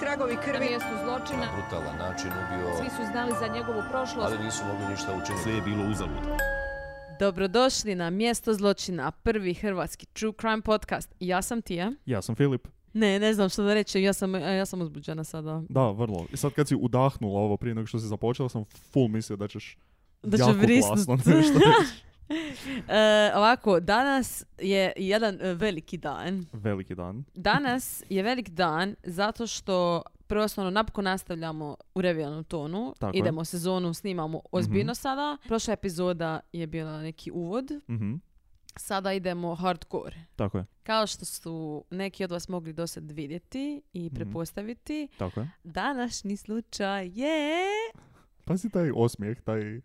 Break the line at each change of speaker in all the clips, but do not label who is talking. tragovi
Na
krvi.
mjestu zločina
brutalan način
svi
ubio,
su znali za njegovu prošlost.
ali nisu mogli ništa učiniti.
Sve je bilo uzalud.
Dobrodošli na Mjesto zločina, prvi hrvatski true crime podcast. Ja sam Tija.
Ja sam Filip.
Ne, ne znam što da reći, ja sam, e, ja sam uzbuđena sada.
Da, vrlo. I sad kad si udahnula ovo prije nego što si započela, sam full mislio da ćeš
Da će
jako
vrisnut.
glasno nešto reći.
E, ovako, danas je jedan e, veliki dan.
Veliki dan.
Danas je velik dan zato što prvo osnovno napokon nastavljamo u revijalnom tonu.
Tako je.
Idemo sezonu, snimamo ozbiljno sada. Prošla epizoda je bila neki uvod,
Mhm.
sada idemo hardcore.
Tako je,
Kao što su neki od vas mogli dosad vidjeti i prepostaviti,
tako je.
Današnji slučaj je...
Pazi taj osmijeh, taj,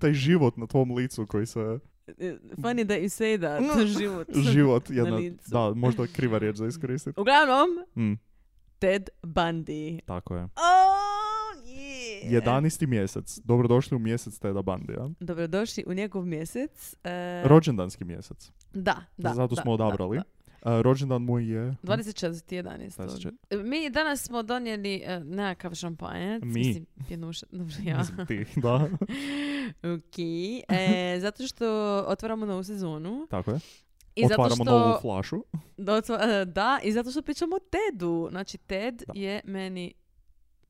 taj život na tvom licu koji se...
e, Funny that you say that, život.
No. Život jedna...
licu.
Da, možda kriva riječ za iskoristiti.
Uglavnom,
Mm,
Ted Bundy.
tako je.
Oh, yeah.
11. mjesec. Dobrodošli u mjesec Teda Bandija.
Dobrodošli u njegov mjesec. E,
Rođendanski mjesec.
da, da.
Zato
da,
smo odabrali.
da,
E, rođendan mu je...
da. 24.11.
24..
Mi danas smo donijeli e, nekakav šampanjac.
Mi.
Mislim, pjenuša, dobro, ja.
Mislim, ti, da.
ok. E, zato što otvaramo novu sezonu.
Tako je.
I zato
Otvaramo
što...
novu flašu.
Da, otva- da, i zato što pričamo o Tedu. Znači, Ted
Da.
je meni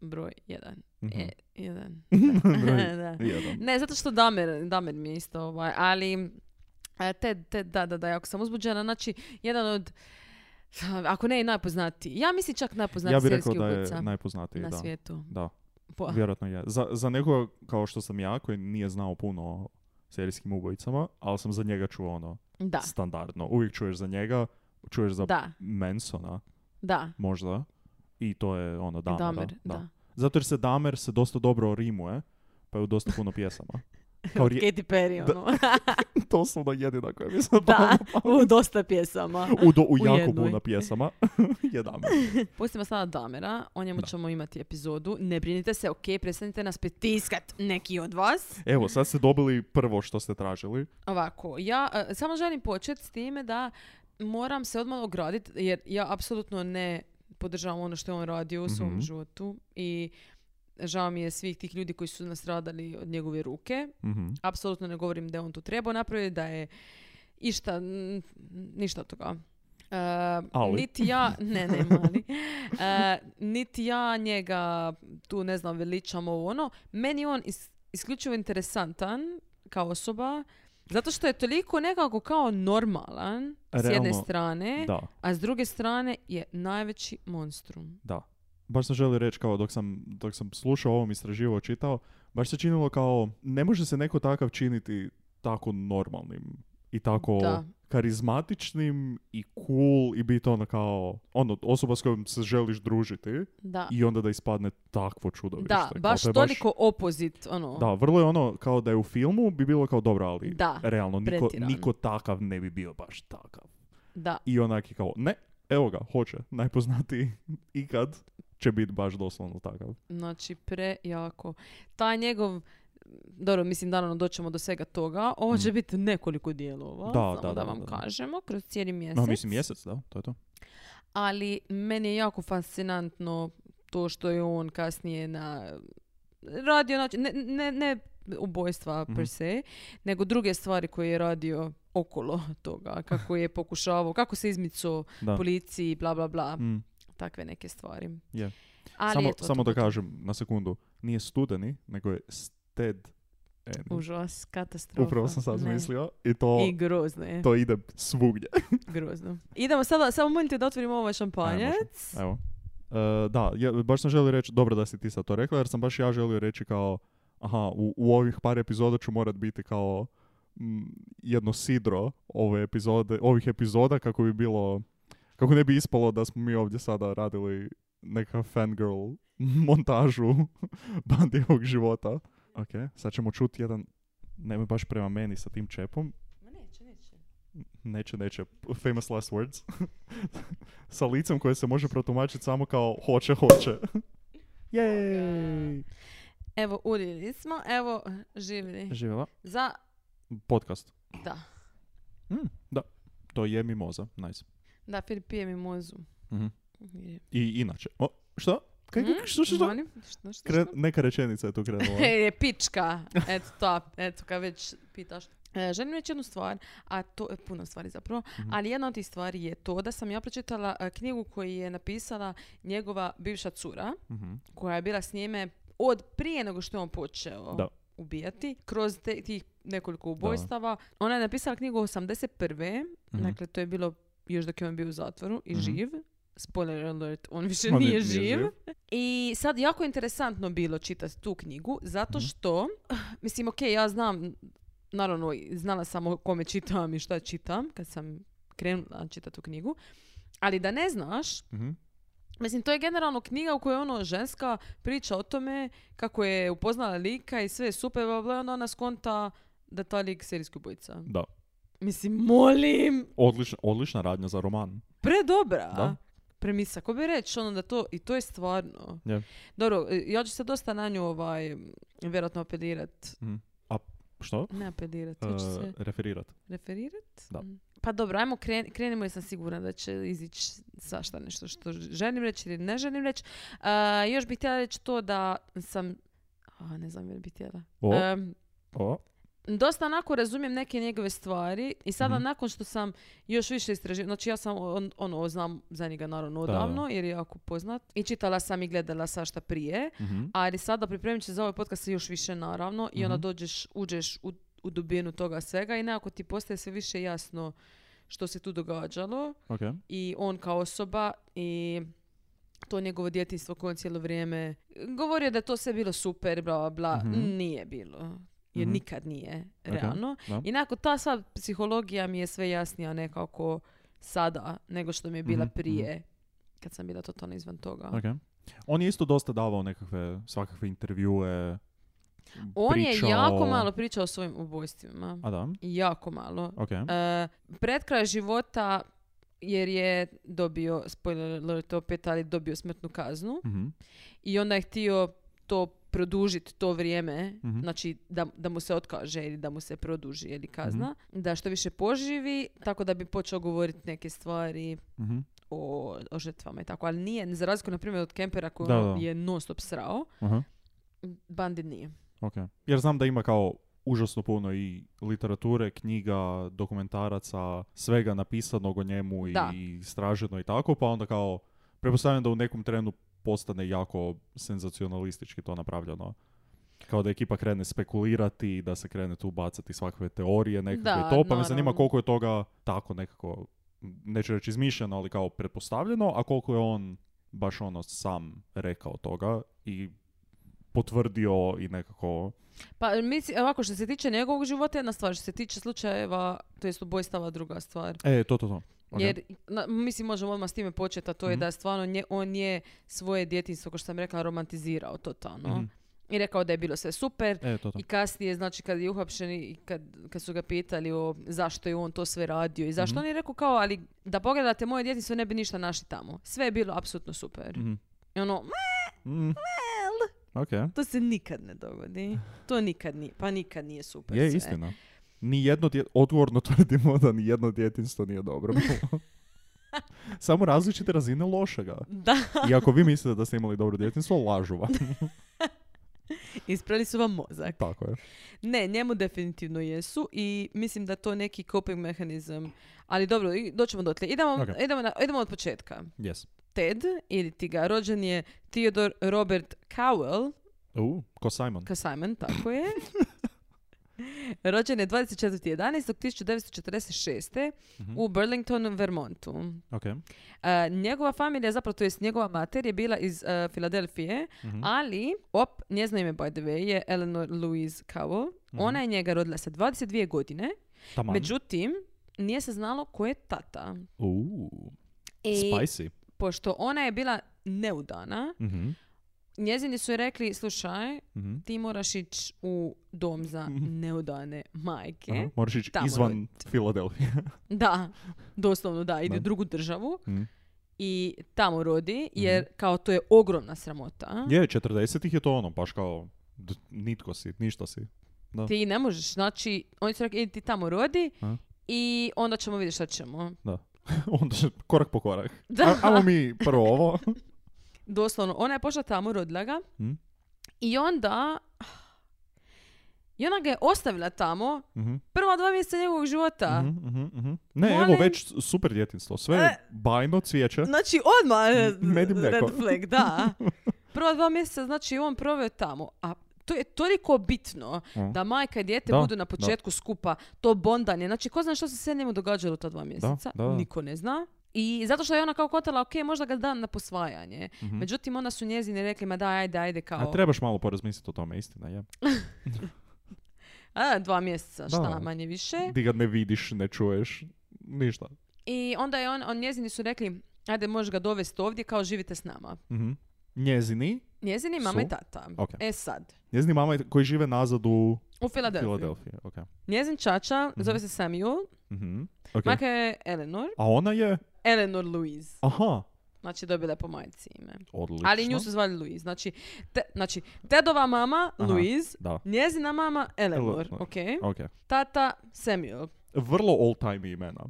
broj jedan.
Mhm.
E, jedan.
Broj
da.
jedan.
Ne, zato što Damer, Damer mi je isto ovaj, ali e, Ted, Ted, da, da, da, jako sam uzbuđena. Znači, jedan od, ako ne i najpoznatiji. Ja mislim čak najpoznatiji
Ja bih
serijski
rekao da
ubojica
je najpoznatiji,
na
da.
svijetu.
Da,
Pa,
vjerojatno je. Za, za nekoga kao što sam ja, koji nije znao puno o serijskim ubojicama, ali sam za njega čuo ono
da,
standardno. Uvijek čuješ za njega, čuješ za
da,
Mansona,
da,
možda, i to je ono Damera.
Damer,
da.
da.
Zato jer se Damer se dosta dobro rimuje, pa je u dosta puno pjesama. Kao rije,
Katy Perry,
Da.
ono.
doslovno jedina koja mi se
da,
pala
u dosta pjesama.
na- u, do, u,
U
jako
jednoj.
puno pjesama je Damer.
Pustimo sada Damera, o njemu
Da.
ćemo imati epizodu. Ne brinite se, ok, prestanite nas pritiskat neki od vas.
Evo, sad ste dobili prvo što ste tražili.
Ovako, ja e, samo želim početi s time da moram se odmah ograditi jer ja apsolutno ne podržavam ono što je on radio u svom
Mhm.
životu i žao mi je svih tih ljudi koji su nastradali od njegove ruke.
Mhm.
Apsolutno ne govorim da je on to trebao napraviti, da je išta, n- ništa od toga. E,
Ali.
Niti ja, ne, ne, mali. E, niti ja njega tu, ne znam, veličam ovo ono. Meni je on is- isključivo interesantan kao osoba, zato što je toliko nekako kao normalan s jedne
Realno,
strane,
Da,
a s druge strane je najveći monstrum.
da. Baš sam želio reći kao dok sam, dok sam slušao ovom istraživao, čitao, baš se činilo kao ne može se neko takav činiti tako normalnim i tako
Da.
karizmatičnim i cool i biti ono kao ono, osoba s kojom se želiš družiti
Da,
i onda da ispadne takvo čudovište.
da
Kao,
baš
to je
toliko opozit, ono.
Da, vrlo je ono kao da je u filmu bi bilo kao dobro, ali
Da,
realno niko,
pretjerano.
niko takav ne bi bio baš takav.
da.
I onak je kao, ne, evo ga, hoće, najpoznatiji ikad će biti baš doslovno takav.
Znači, prejako. Taj njegov, dobro, mislim, naravno doćemo do svega toga. Ovo će biti nekoliko dijelova,
Mm. Da,
samo
da,
da,
da,
vam
da, da.
kažemo, kroz cijeli mjesec.
No, mislim, mjesec, da, to je to.
Ali meni je jako fascinantno to što je on kasnije na radio, znači, ne, ne, ne ubojstva
Mhm.
per se, nego druge stvari koje je radio okolo toga, kako je pokušavao, kako se izmicao
Da.
policiji, bla, bla, bla,
Mm.
takve neke stvari.
Je.
Ali
samo
eto,
samo
to
da
je to.
kažem na sekundu, nije studeni, nego je sted.
Užas, katastrofa.
Upravo sam sad
Ne.
mislio i to,
I grozno je,
to ide svugdje.
grozno. Idemo sada, samo molite da otvorimo ovaj
Ajmo,
šampanjac.
Evo. E, da, ja, baš sam želio reći, dobro da si ti sad to rekla, jer sam baš ja želio reći kao, aha, u, u ovih par epizoda ću morat biti kao m, jedno sidro ove epizode, ovih epizoda kako bi bilo, kako ne bi ispalo da smo mi ovdje sada radili neka fangirl montažu bandijevog života. Ok, sad ćemo čuti jedan, nemoj baš prema meni sa tim čepom,
Ma neće, neće.
neće, neće, famous last words, sa licem koje se može protumačiti samo kao hoće, hoće. Jej!
Evo, uljeli smo, evo, živjeli.
Živjela.
Za,
Podcast.
da,
Mm, da, to je mimoza, nice.
da, Filip pije mimozu.
Mhm.
Je.
I inače. O, što? Kaj,
Mm,
što, što, što?
molim? Što, što,
Kre-
što?
neka rečenica je tu krenula.
je pička. Eto to, eto kad već pitaš. E, želim reći jednu stvar, a to je puno stvari zapravo,
Mhm.
ali jedna od tih stvari je to da sam ja pročitala e, knjigu koju je napisala njegova bivša cura,
Mhm.
koja je bila s njime od prije nego što je on počeo
Da.
ubijati, kroz te- tih nekoliko ubojstava. Ona je napisala knjigu 81.
Mhm.
Dakle, to je bilo još dok je on bio u zatvoru i
Mhm.
živ. Spoiler alert, on više
On
nije,
nije
živ.
živ.
I sad jako je interesantno bilo čitati tu knjigu, zato
Mhm.
što, mislim, ok, ja znam, naravno, znala sam o kome čitam i šta čitam kad sam krenula čitati tu knjigu, ali da ne znaš,
Mhm.
Mislim, to je generalno knjiga u kojoj ono ženska priča o tome kako je upoznala lika i sve je super, bla, bla, onda ona skonta da ta lik serijski ubojica.
Da.
Mislim, molim,
Odlična, odlična radnja za roman.
predobra.
Da.
Premisa, ko bi reći ono da to, i to je stvarno.
Je.
Dobro, e, ja ću se dosta na nju ovaj, vjerojatno apelirat.
Što?
Ne apelirat,
E,
ja ću se
referirat.
referirat.
Da.
Mm. Pa dobro, ajmo kren, krenimo jer sam sigurna da će izići svašta nešto što želim reći ili ne želim reći. E, još bih htjela reći to da sam... A, ne znam je li bih htjela.
O,
Em,
o.
dosta onako razumijem neke njegove stvari i sada
Mhm.
nakon što sam još više istraživala, znači ja sam on, ono, znam za njega naravno
Da, da.
odavno jer je jako poznat i čitala sam i gledala svašta prije,
Mhm.
ali sada pripremit ću se za ovaj podcast još više naravno i onda
Mhm.
dođeš, uđeš u, u dubinu toga svega i nekako ti postaje sve više jasno što se tu događalo
Ok.
i on kao osoba i to njegovo djetinjstvo koje on cijelo vrijeme govorio da je to sve bilo super, bla, bla, bla.
Mhm.
Nije bilo. Jer
Mhm.
nikad nije,
Ok,
realno.
da.
I nakon ta sva psihologija mi je sve jasnija nekako sada nego što mi je bila
Mhm, mhm.
prije kad sam bila totalno izvan toga.
Ok. On je isto dosta davao nekakve, svakakve intervjue.
On
pričao-
je jako malo pričao o svojim ubojstvima.
A da?
Jako malo.
Ok.
E, pred kraj života, jer je dobio, spoiler alert opet, ali dobio smrtnu kaznu
Mhm.
i onda je htio to produžiti to vrijeme,
Mhm.
znači da, da mu se otkaže ili da mu se produži ili kazna, da što više poživi, tako da bi počeo govoriti neke stvari
Mhm.
o, o žrtvama i tako, ali nije, za razliku na primjer od Kempera koji
Da,
ono
da.
je non stop srao,
Aha.
Bandit nije.
Ok. Jer znam da ima kao užasno puno i literature, knjiga, dokumentaraca, svega napisanog o njemu i
Da.
istraženo i tako, pa onda kao, pretpostavljam da u nekom trenu postane jako senzacionalistički to napravljeno. Kao da ekipa krene spekulirati, da se krene tu bacati svakakve teorije, nekakve
Da,
i to, pa me zanima
naravno.
koliko je toga tako nekako, neću reći izmišljeno, ali kao pretpostavljeno, a koliko je on baš ono sam rekao toga i potvrdio i nekako
Pa mislim, ovako, što se tiče njegovog života, jedna stvar, što se tiče slučajeva, to jest ubojstava, druga stvar.
E, to, to, to. Ok.
Jer, na- mislim, možemo odmah s time početi, a to je
Mhm.
da je stvarno nje- on je svoje djetinjstvo, kao što sam rekla, romantizirao totalno.
Mhm.
I rekao da je bilo sve super.
E, to, to.
I kasnije, znači, kad je uhapšen i kad, kad su ga pitali o zašto je on to sve radio i zašto,
Mhm.
on je rekao kao, ali da pogledate moje djetinjstvo, ne bi ništa našli tamo. Sve je bilo apsolutno super.
Mhm.
I ono,
Mm. Ok.
to se nikad ne dogodi. To nikad nije, pa nikad nije super
Je,
sve.
istina. Ni jedno dje... odgovorno tvrdimo da ni jedno djetinstvo nije dobro. bilo. Samo različite razine lošega.
Da.
I ako vi mislite da ste imali dobro djetinstvo, lažu vam.
Isprali su vam mozak.
Tako je.
Ne, njemu definitivno jesu i mislim da je to neki coping mehanizam. Ali dobro, i- doćemo dotle. Idemo,
Ok.
idemo, na- idemo od početka.
Yes.
Ted, ili ti ga, rođen je Theodore Robert Cowell,
U, ko Simon.
ka Simon, tako je. rođen je 24.11.1946.
Mhm.
u Burlingtonu, Vermontu.
Ok.
E, njegova familija, zapravo to jest njegova mater je bila iz e, Filadelfije,
Mhm.
ali, op, njezino ime by the way je Eleanor Louise Cowell.
Mhm.
Ona je njega rodila sa 22 godine,
Taman.
međutim, nije se znalo ko je tata.
U,
I
spicy.
pošto ona je bila neudana,
Mhm.
njezini su joj rekli, slušaj,
Mhm.
ti moraš ići u dom za
Mhm.
neudane majke.
Aha, Moraš ići
Tamo
izvan Filadelfije.
Da, doslovno da, ide u
Da.
drugu državu
Mhm.
i tamo rodi, jer kao to je ogromna sramota.
Je, 40-ih je to ono, baš kao d- nitko si, ništa si. Da.
Ti ne možeš, znači, oni su rekli, idi ti tamo rodi
Aha.
i onda ćemo vidjeti šta ćemo.
Da. onda korak po korak.
Da.
A- Ajmo mi prvo ovo.
Doslovno, ona je pošla tamo, rodila ga.
Mhm.
I onda... I ona ga je ostavila tamo
Mhm,
prva dva mjeseca njegovog života.
mhm, mhm, mhm. Ne, evo
Molim.
već s- super djetinstvo. Sve je
E.
bajno, cvijeće.
Znači, odmah je
M- med i mlijeko.
red flag, da. Prva dva mjeseca, znači, on proveo tamo. A to je toliko bitno
Mm.
da majka i dijete
Da,
budu na početku skupa. To bondanje. Znači, ko zna što se sve njemu događalo u ta dva mjeseca?
da, da.
Niko ne zna. I zato što je ona kao kotala, ok, možda ga dam na posvajanje.
Mhm.
Međutim, onda su njezini rekli, ma daj, ajde, ajde, kao...
A trebaš malo porazmisliti o tome, istina je.
A, dva mjeseca, šta,
Da.
manje više.
Ti ga ne vidiš, ne čuješ, ništa.
I onda je on, on njezini su rekli, ajde, možeš ga dovesti ovdje, kao živite s nama.
Mhm. Njezini,
Njezini mama
Su?
i tata.
Ok.
E sad,
njezini mama je- koji žive nazad u
u Filadelfiji.
Filadelfiji. ok.
Njezin čača zove se Samuel,
Mhm. Ok.
majka je Eleanor,
A ona je,
Eleanor Louise,
aha,
znači dobila je po majci ime.
odlično.
Ali nju su zvali Louise, znači, te, znači Tedova mama
Aha.
Louise,
Da,
njezina mama Eleanor,
Eleanor.
ok,
ok.
tata Samuel.
Vrlo old time imena.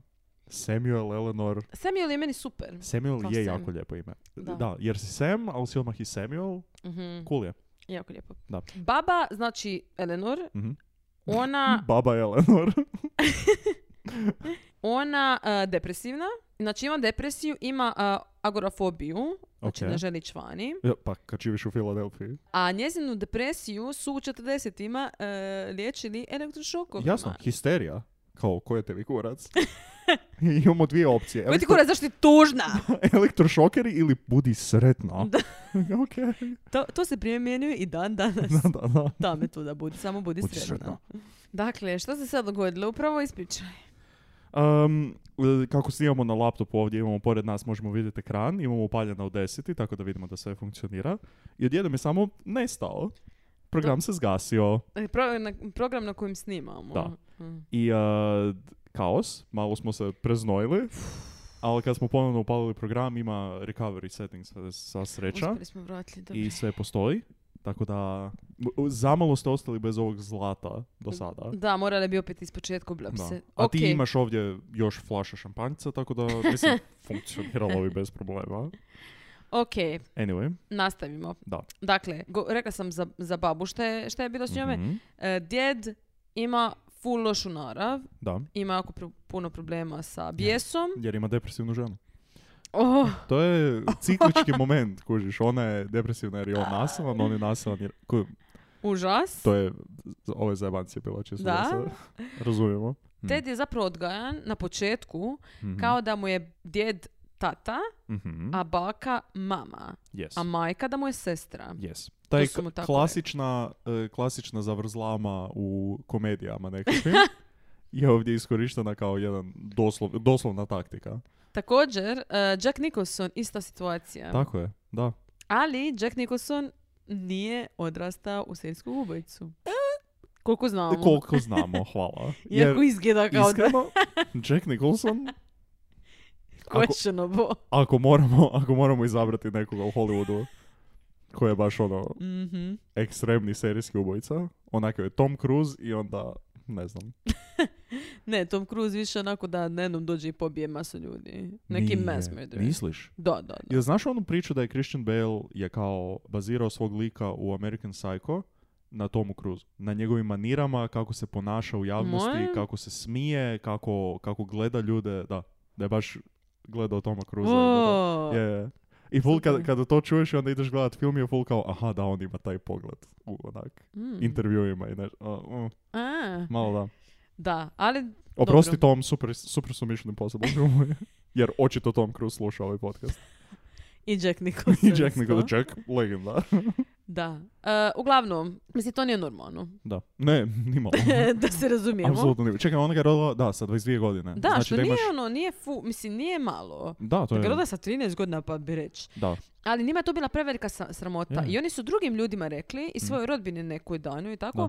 Samuel, Eleanor.
Samuel je meni super.
Samuel
Kao
je
Sam.
jako lijepo ime.
Da.
jer si Sam, ali si odmah i Samuel.
Mhm,
Cool je.
Jako lijepo.
Da.
Baba, znači Eleanor,
Mhm.
ona
Baba Eleanor.
Ona e, depresivna, znači ima depresiju, ima e, agorafobiju, znači
Ok.
ne želi ići vani.
Ja, pa kad živiš u Filadelfiji.
A njezinu depresiju su u 40-ima e, liječili elektrošokovima.
Jasno, histerija. Kao, ko je tebi kurac? I Imamo dvije opcije.
Koji ti
Elektro-
kurac, zašto ti tužna?
Elektrošokeri ili budi sretna.
Da.
ok.
to, to se primjenjuje i dan danas.
Da, da, da.
Ta metoda budi, samo budi,
Budi
sretna.
sretna.
Dakle, što se sad dogodilo? Upravo ispričaj.
Um, e, kako snimamo na laptopu ovdje, imamo pored nas, možemo vidjeti ekran, imamo upaljeno u deseti, tako da vidimo da sve funkcionira. I odjednom je samo nestao. Program se zgasio.
E, pro- na- program na kojem snimamo.
Da.
Mm.
I e, d- kaos, malo smo se preznojili. Ali kad smo ponovno upalili program, ima recovery settings e, sva sreća.
Uspjeli smo vratili, dobro.
I sve postoji. Tako da, m- zamalo ste ostali bez ovog zlata do sada.
Da, morali bi opet ispočetka
Da.
ublapse.
A ti imaš ovdje još flaša šampanjca, tako da mislim, funkcioniralo bi bez problema.
Ok,
Anyway,
nastavimo.
da.
Dakle, go- rekla sam za, za babu šta je, šta je bilo s njome.
Mhm,
E, djed ima full lošu narav,
Da,
ima jako pr- puno problema sa bijesom.
jer ima depresivnu ženu.
Oh,
To je ciklički moment, kužiš. Ona je depresivna jer je on nasilan, on je nasilan jer... ku-
užas.
to je, ovo je zajebancija bila, čisto da,
Da.
se razumijemo.
Ted je zapravo odgajan na početku
Mhm,
kao da mu je djed tata,
mhm,
a baka mama,
Yes.
a majka da mu je sestra.
Yes. Taj
su mu tako
klasična, e, klasična zavrzlama u komedijama nekakvim je ovdje iskorištena kao jedan doslov, doslovna taktika.
Također, e, Jack Nicholson, ista situacija.
Tako je, da. E,
Ali Jack Nicholson nije odrastao u serijsku ubojicu. Koliko znamo.
E, Koliko znamo, hvala. Jer,
Iako izgleda kao da je
iskreno, Jack Nicholson, ako,
questionable.
ako, moramo, ako moramo izabrati nekoga u Hollywoodu koji je baš ono
Mhm.
ekstremni serijski ubojica, onako je Tom Cruise i onda, ne znam.
Ne, Tom Cruise više onako da na jednom dođe i pobije masu ljudi. Neki
Nije.
mass murder.
Misliš?
Da, da, da.
Jel znaš onu priču da je Christian Bale je kao bazirao svog lika u American Psycho na Tomu Cruise? Na njegovim manirama, kako se ponaša u javnosti,
Moje?
kako se smije, kako, kako gleda ljude, da. Da je baš gledao Toma Cruise.
Wow.
Je, je. I ful kad,
Super.
kada to čuješ i onda ideš gledat film je ful kao, aha da, on ima taj pogled u onak
Mm.
intervjuima i nešto. a, mm,
A,
malo da.
da, ali
Oprosti Tom, super, super su Mission Impossible filmovi. Jer očito Tom Cruise sluša ovaj podcast.
i Jack Nicholson.
I Jack
isto.
Nicholson, Jack, legenda.
Da. E, uglavnom, mislim, to nije normalno.
Da. Ne, nimalo.
da se razumijemo.
Apsolutno nimalo. Čekaj, ona ga je rodila, da, sa 22 godine.
Da,
znači,
što
da
nije
imaš...
ono, nije fu, mislim, nije malo.
Da, to
Da
je...
ga roda sa 13 godina, pa bi reći.
Mm. Da.
Ali njima je to bila prevelika sa- sramota.
Je. Mm.
I oni su drugim ljudima rekli, i svojoj rodbini nekoj danju i tako,
Da.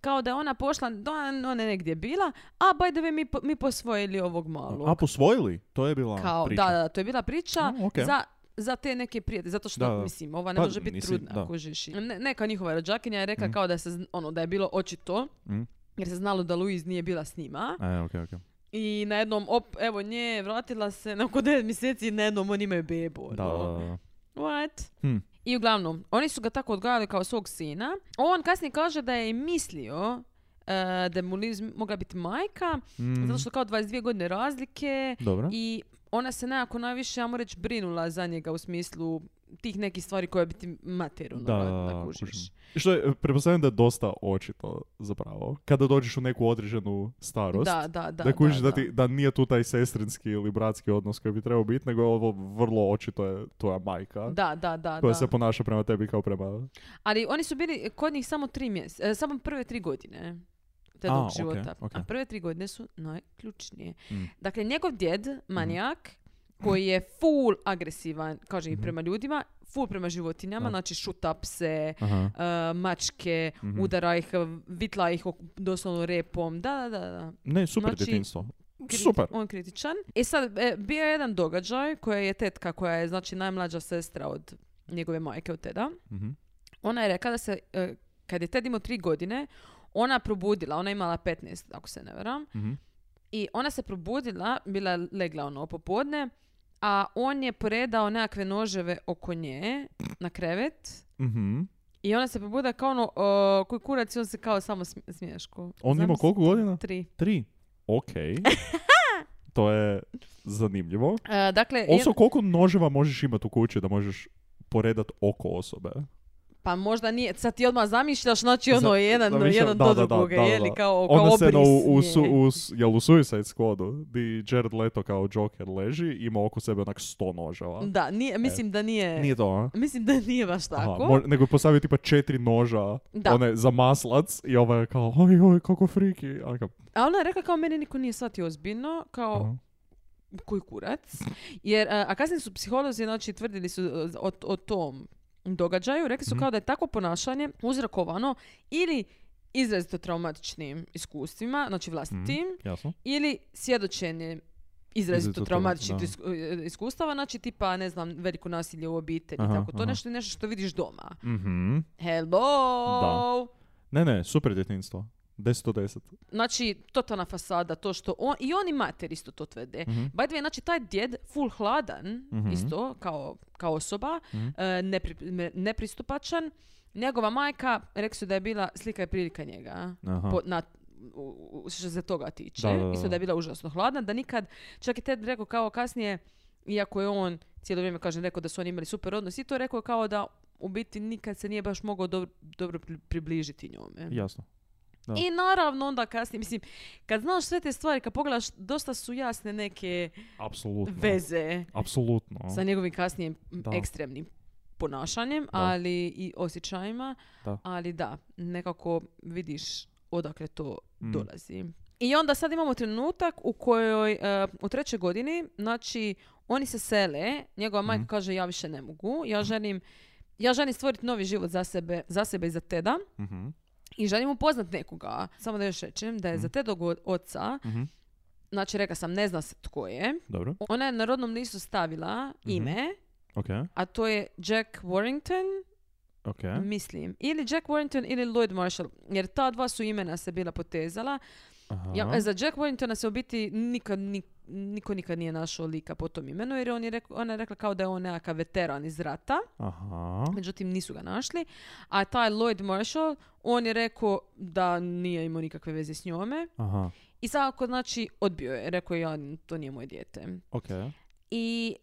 kao da je ona pošla, da ona je negdje bila, a by the way, mi, po- mi posvojili ovog malog.
A posvojili? To je bila
kao,
priča.
Da, da, to je bila priča
A, okej.
za, za te neke prijatelje. Zato što,
Da, da.
mislim, ova ne
Pa,
može biti
nisi-
trudna,
da.
kužiš. Ne, neka njihova rođakinja je rekla kao da, se, zn- ono, da je bilo očito,
Mm.
jer se znalo da Louise nije bila s njima.
E, okej, okej.
I na jednom, op, evo nje, vratila se nakon 9 mjeseci i na jednom oni imaju bebu.
Da,
ono.
da, da.
What?
Hm.
I uglavnom, oni su ga tako odgajali kao svog sina. On kasnije kaže da je mislio e, da mu Liz mogla biti majka,
Mm,
zato što kao 22 godine razlike
Dobro.
i ona se nekako najviše, ja moram reći, brinula za njega u smislu tih nekih stvari koje bi ti materno
Da, da, da, kužim. Što je, pretpostavljam da je dosta očito zapravo. Kada dođeš u neku određenu starost,
Da, da, da.
da kužiš da, ti, da nije tu taj sestrinski ili bratski odnos koji bi trebao biti, nego je ovo vrlo očito je tvoja majka
Da, da, da,
koja
da.
se ponaša prema tebi kao prema...
Ali oni su bili kod njih samo tri mjese, e, samo prve tri godine
A,
tedog
okej,
života.
okej.
A prve tri godine su najključnije.
Mm.
Dakle, njegov djed,
Mhm.
manijak, koji je full agresivan, kažem i prema ljudima, full prema životinjama,
Mhm. Da.
znači šuta pse,
Aha.
e, mačke,
Mhm.
udara ih, vitla ih ok- doslovno repom, da, da, da. da.
Ne, super
Znači-
djetinjstvo.
Kri-
Super.
On kritičan. I sad, e, bio je jedan događaj koji je tetka, koja je znači najmlađa sestra od njegove majke, od teda.
Mhm.
Ona je rekla da se, e, kad je Ted imao tri godine, ona probudila, ona je imala 15, ako se ne varam,
Mhm.
i ona se probudila, bila je legla ono popodne, a on je poredao nekakve noževe oko nje na krevet
Mhm.
i ona se probuda kao ono, o, koji kurac i on se kao samo smi- smiješko.
On ima
Zamisli,
koliko godina?
Tri.
Tri. Ok. to je zanimljivo.
E, dakle,
Also,
je-
koliko noževa možeš imati u kući da možeš poredat oko osobe?
pa možda nije, sad ti odmah zamišljaš, znači ono,
Za-
jedan, do-
zamišljam-
jedan
da,
do
da, da,
drugoga,
da, da,
je li,
da.
kao, kao
Ona Ono se
obris
u, u,
nje.
su, u, s- jel u Suicide Squadu, di Jared Leto kao Joker leži, ima oko sebe onak sto noževa.
Da, nije, mislim da nije,
E. Nije to, a?
mislim da nije baš tako.
Aha, mo- nego je postavio tipa četiri noža
Da.
one, za maslac i ova je kao, oj, oj, kako friki. A kao,
A ona je rekla kao mene niko nije shvatio ozbiljno, kao
aha.
koji kurac. Jer, e, a a kasnije su psiholozi znači, tvrdili su e, o, o tom događaju, rekli su
Mhm.
kao da je tako ponašanje uzrokovano ili izrazito traumatičnim iskustvima, znači vlastitim,
Jasno.
ili svjedočenje
Mhm. Izrazito
izrazito traumatičnih
traumatično,
isku- e, iskustava, znači tipa, ne znam, veliko nasilje u obitelji,
Aha,
tako. To je
aha.
nešto, nešto što vidiš doma.
Mhm.
Hello!
Ne, ne, super djetinjstvo. 10 od 10.
Znači, totalna fasada, to što on, i on i mater isto to tvrde.
Mhm.
By the way, znači taj djed, full hladan
Mhm.
isto, kao, kao osoba,
Mhm.
e, nepri- me- nepristupačan. Njegova majka, rekli su da je bila slika i prilika njega.
Aha.
Po, na, u- u- što se toga tiče.
Da, da, da.
Isto da je bila užasno hladna, da nikad, čak i Ted rekao kao kasnije, iako je on cijelo vrijeme, kažem, rekao da su oni imali super odnos i to rekao je kao da u biti nikad se nije baš mogao dobro, dobro pri- približiti njome.
Jasno. Da.
I naravno onda kasnije, mislim, kad znaš sve te stvari, kad pogledaš, dosta su jasne neke
Apsolutno.
veze
Apsolutno.
sa njegovim kasnijim m,
Da.
ekstremnim ponašanjem,
Da.
ali i osjećajima.
Da.
Ali da, nekako vidiš odakle to
Mm.
dolazi. I onda sad imamo trenutak u kojoj, e, u trećoj godini, znači, oni se sele, njegova majka
Mhm.
kaže ja više ne mogu, ja želim, ja želim stvoriti novi život za sebe, za sebe i za Teda
Mhm.
i želim upoznat nekoga. Samo da još rečem da je
Mm.
za Tedog o- oca,
Mhm.
znači rekla sam ne zna se tko je,
Dobro.
ona je na rodnom listu stavila
Mhm.
ime,
Ok.
a to je Jack Warrington,
Ok.
Mhm. mislim. Ili Jack Warrington ili Lloyd Marshall, jer ta dva su imena se bila potezala.
Aha.
Ja, za Jack Warringtona se u biti nikad, ni- niko nikad nije našao lika po tom imenu, jer on je rek- ona je rekla kao da je on nekakav veteran iz rata.
Aha.
Međutim, nisu ga našli. A taj Lloyd Marshall, on je rekao da nije imao nikakve veze s njome.
Aha.
I svakako, znači, odbio je. Rekao je, ja, to nije moje dijete.
Ok.
I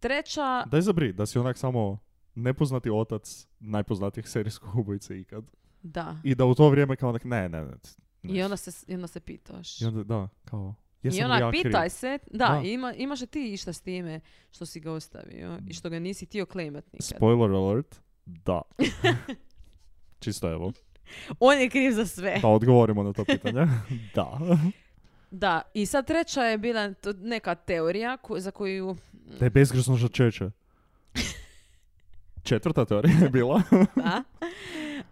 treća...
Daj zabri, da si onak samo nepoznati otac najpoznatijih serijskog ubojice ikad.
Da.
I da u to vrijeme kao onak, ne, ne, ne. ne.
I onda se, i onda se pitaš.
I onda, da, kao,
I
jesam li
ona,
ja kriv?
pitaj se, da,
Da.
Ima, imaš li ti išta s time što si ga ostavio i što ga nisi htio klejmat nikad.
Spoiler alert, da. Čisto evo,
On je kriv za sve.
da odgovorimo na to pitanje. da.
Da, i sad treća je bila to neka teorija ko- za koju...
Da je bezgrešno što čeče. Četvrta teorija je bila.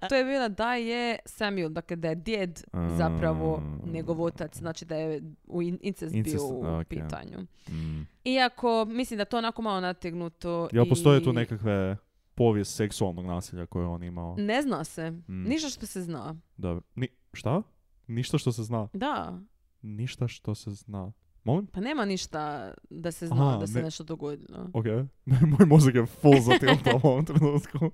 Da. To je bila da je Samuel, dakle da je djed zapravo njegov otac, znači da je u in- incest bio
Incest,
u
ok.
pitanju.
Mm.
Iako mislim da je to onako malo nategnuto.
Jel postoje tu
i-
nekakve povijest seksualnog nasilja koje je on imao?
Ne zna se.
Mm.
Ništa što se zna.
Dobro. Ni, šta? Ništa što se zna.
Da.
Ništa što se zna. Molim?
Pa nema ništa da se zna
Aha,
da se
ne-
nešto dogodilo.
Ok. Moj mozak je full zatilta u ovom trenutku.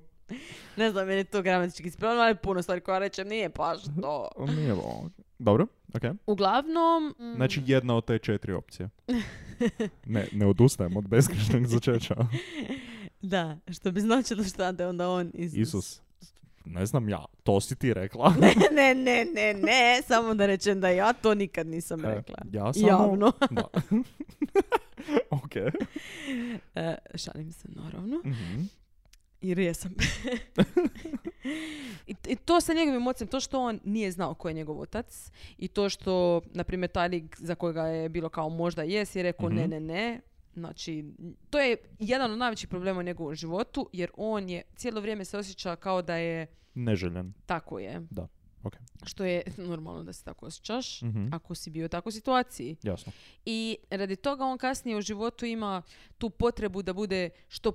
Ne znam, meni je to gramatički ispravno, ali puno stvari koja rečem nije baš
Mhm.
to.
Nije bog. Dobro, ok.
Uglavnom... mm,
Znači jedna od te četiri opcije. Ne, ne odustajem od beskrišnog začeća.
Da, što bi značilo šta da je onda on Isus.
Isus. Ne znam ja, to si ti rekla.
ne, ne, ne, ne, samo da rečem da ja to nikad nisam
E,
rekla.
Ja samo...
Javno.
Da. ok.
E, šalim se, naravno.
Mhm.
Jer jesam. I, I to sa njegovim ocem, to što on nije znao ko je njegov otac i to što, na primjer, taj lik za kojega je bilo kao možda jes je rekao ne,
Mhm.
ne, ne. Znači, to je jedan od najvećih problema u njegovom životu jer on je cijelo vrijeme se osjeća kao da je
Neželjen.
tako je.
Da, ok.
Što je normalno da se tako osjećaš
Mhm.
ako si bio u takvoj situaciji.
Jasno.
I radi toga on kasnije u životu ima tu potrebu da bude što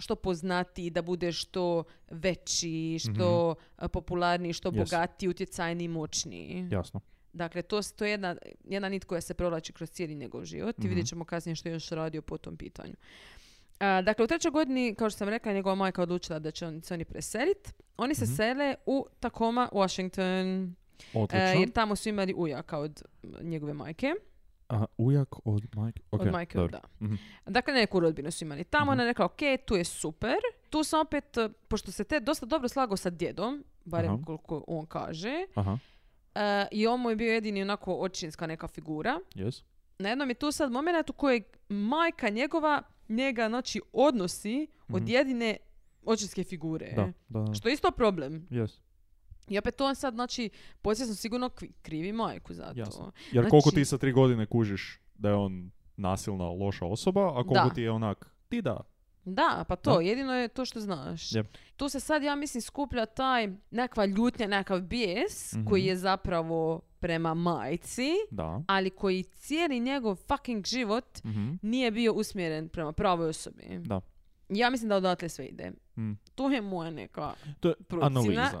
što poznatiji, da bude što veći, što e, popularniji, što
Mhm. Yes.
bogatiji, utjecajniji, moćniji.
Jasno.
Dakle, to, s- to je jedna, jedna nit koja se provlači kroz cijeli njegov život i
Mhm.
vidjet ćemo kasnije što je još radio po tom pitanju. A, dakle, u trećoj godini, kao što sam rekla, je njegova majka odlučila da će on, se oni preselit. Oni se
Mhm.
sele u Tacoma, Washington, e,
Odlično.
jer tamo su imali ujaka od m, njegove majke.
A, ujak od majke. Ok,
od majke,
dobro.
da.
Mhm.
Dakle, neku rodbinu su imali. Tamo ona je rekla, ok, tu je super. Tu sam opet, eh, pošto se te dosta dobro slagao sa djedom, barem
Aha.
koliko on kaže,
Aha,
eh, i on mu je bio jedini onako očinska neka figura.
jes.
Na jednom je tu sad moment u kojeg majka njegova njega, znači, odnosi od
Mhm. jedine
jedine očinske figure.
Da, da, da.
E, Što je isto problem.
Jes.
I opet on sad, znači, podsvjesno sigurno kvi- krivi majku za to.
Jasno. Jer koliko
Znači-
ti sa tri godine kužiš da je on nasilna, loša osoba, a koliko
Da.
ti je onak, ti da.
Da, pa to,
Da.
jedino je to što znaš.
Jep.
Tu se sad, ja mislim, skuplja taj nekakva ljutnja, nekakav bijes
Mhm.
koji je zapravo prema majci,
Da.
ali koji cijeli njegov fucking život
Mhm.
nije bio usmjeren prema pravoj osobi.
Da.
Ja mislim da odatle sve ide.
Mm.
To je moja neka
To je
procjena.
analiza.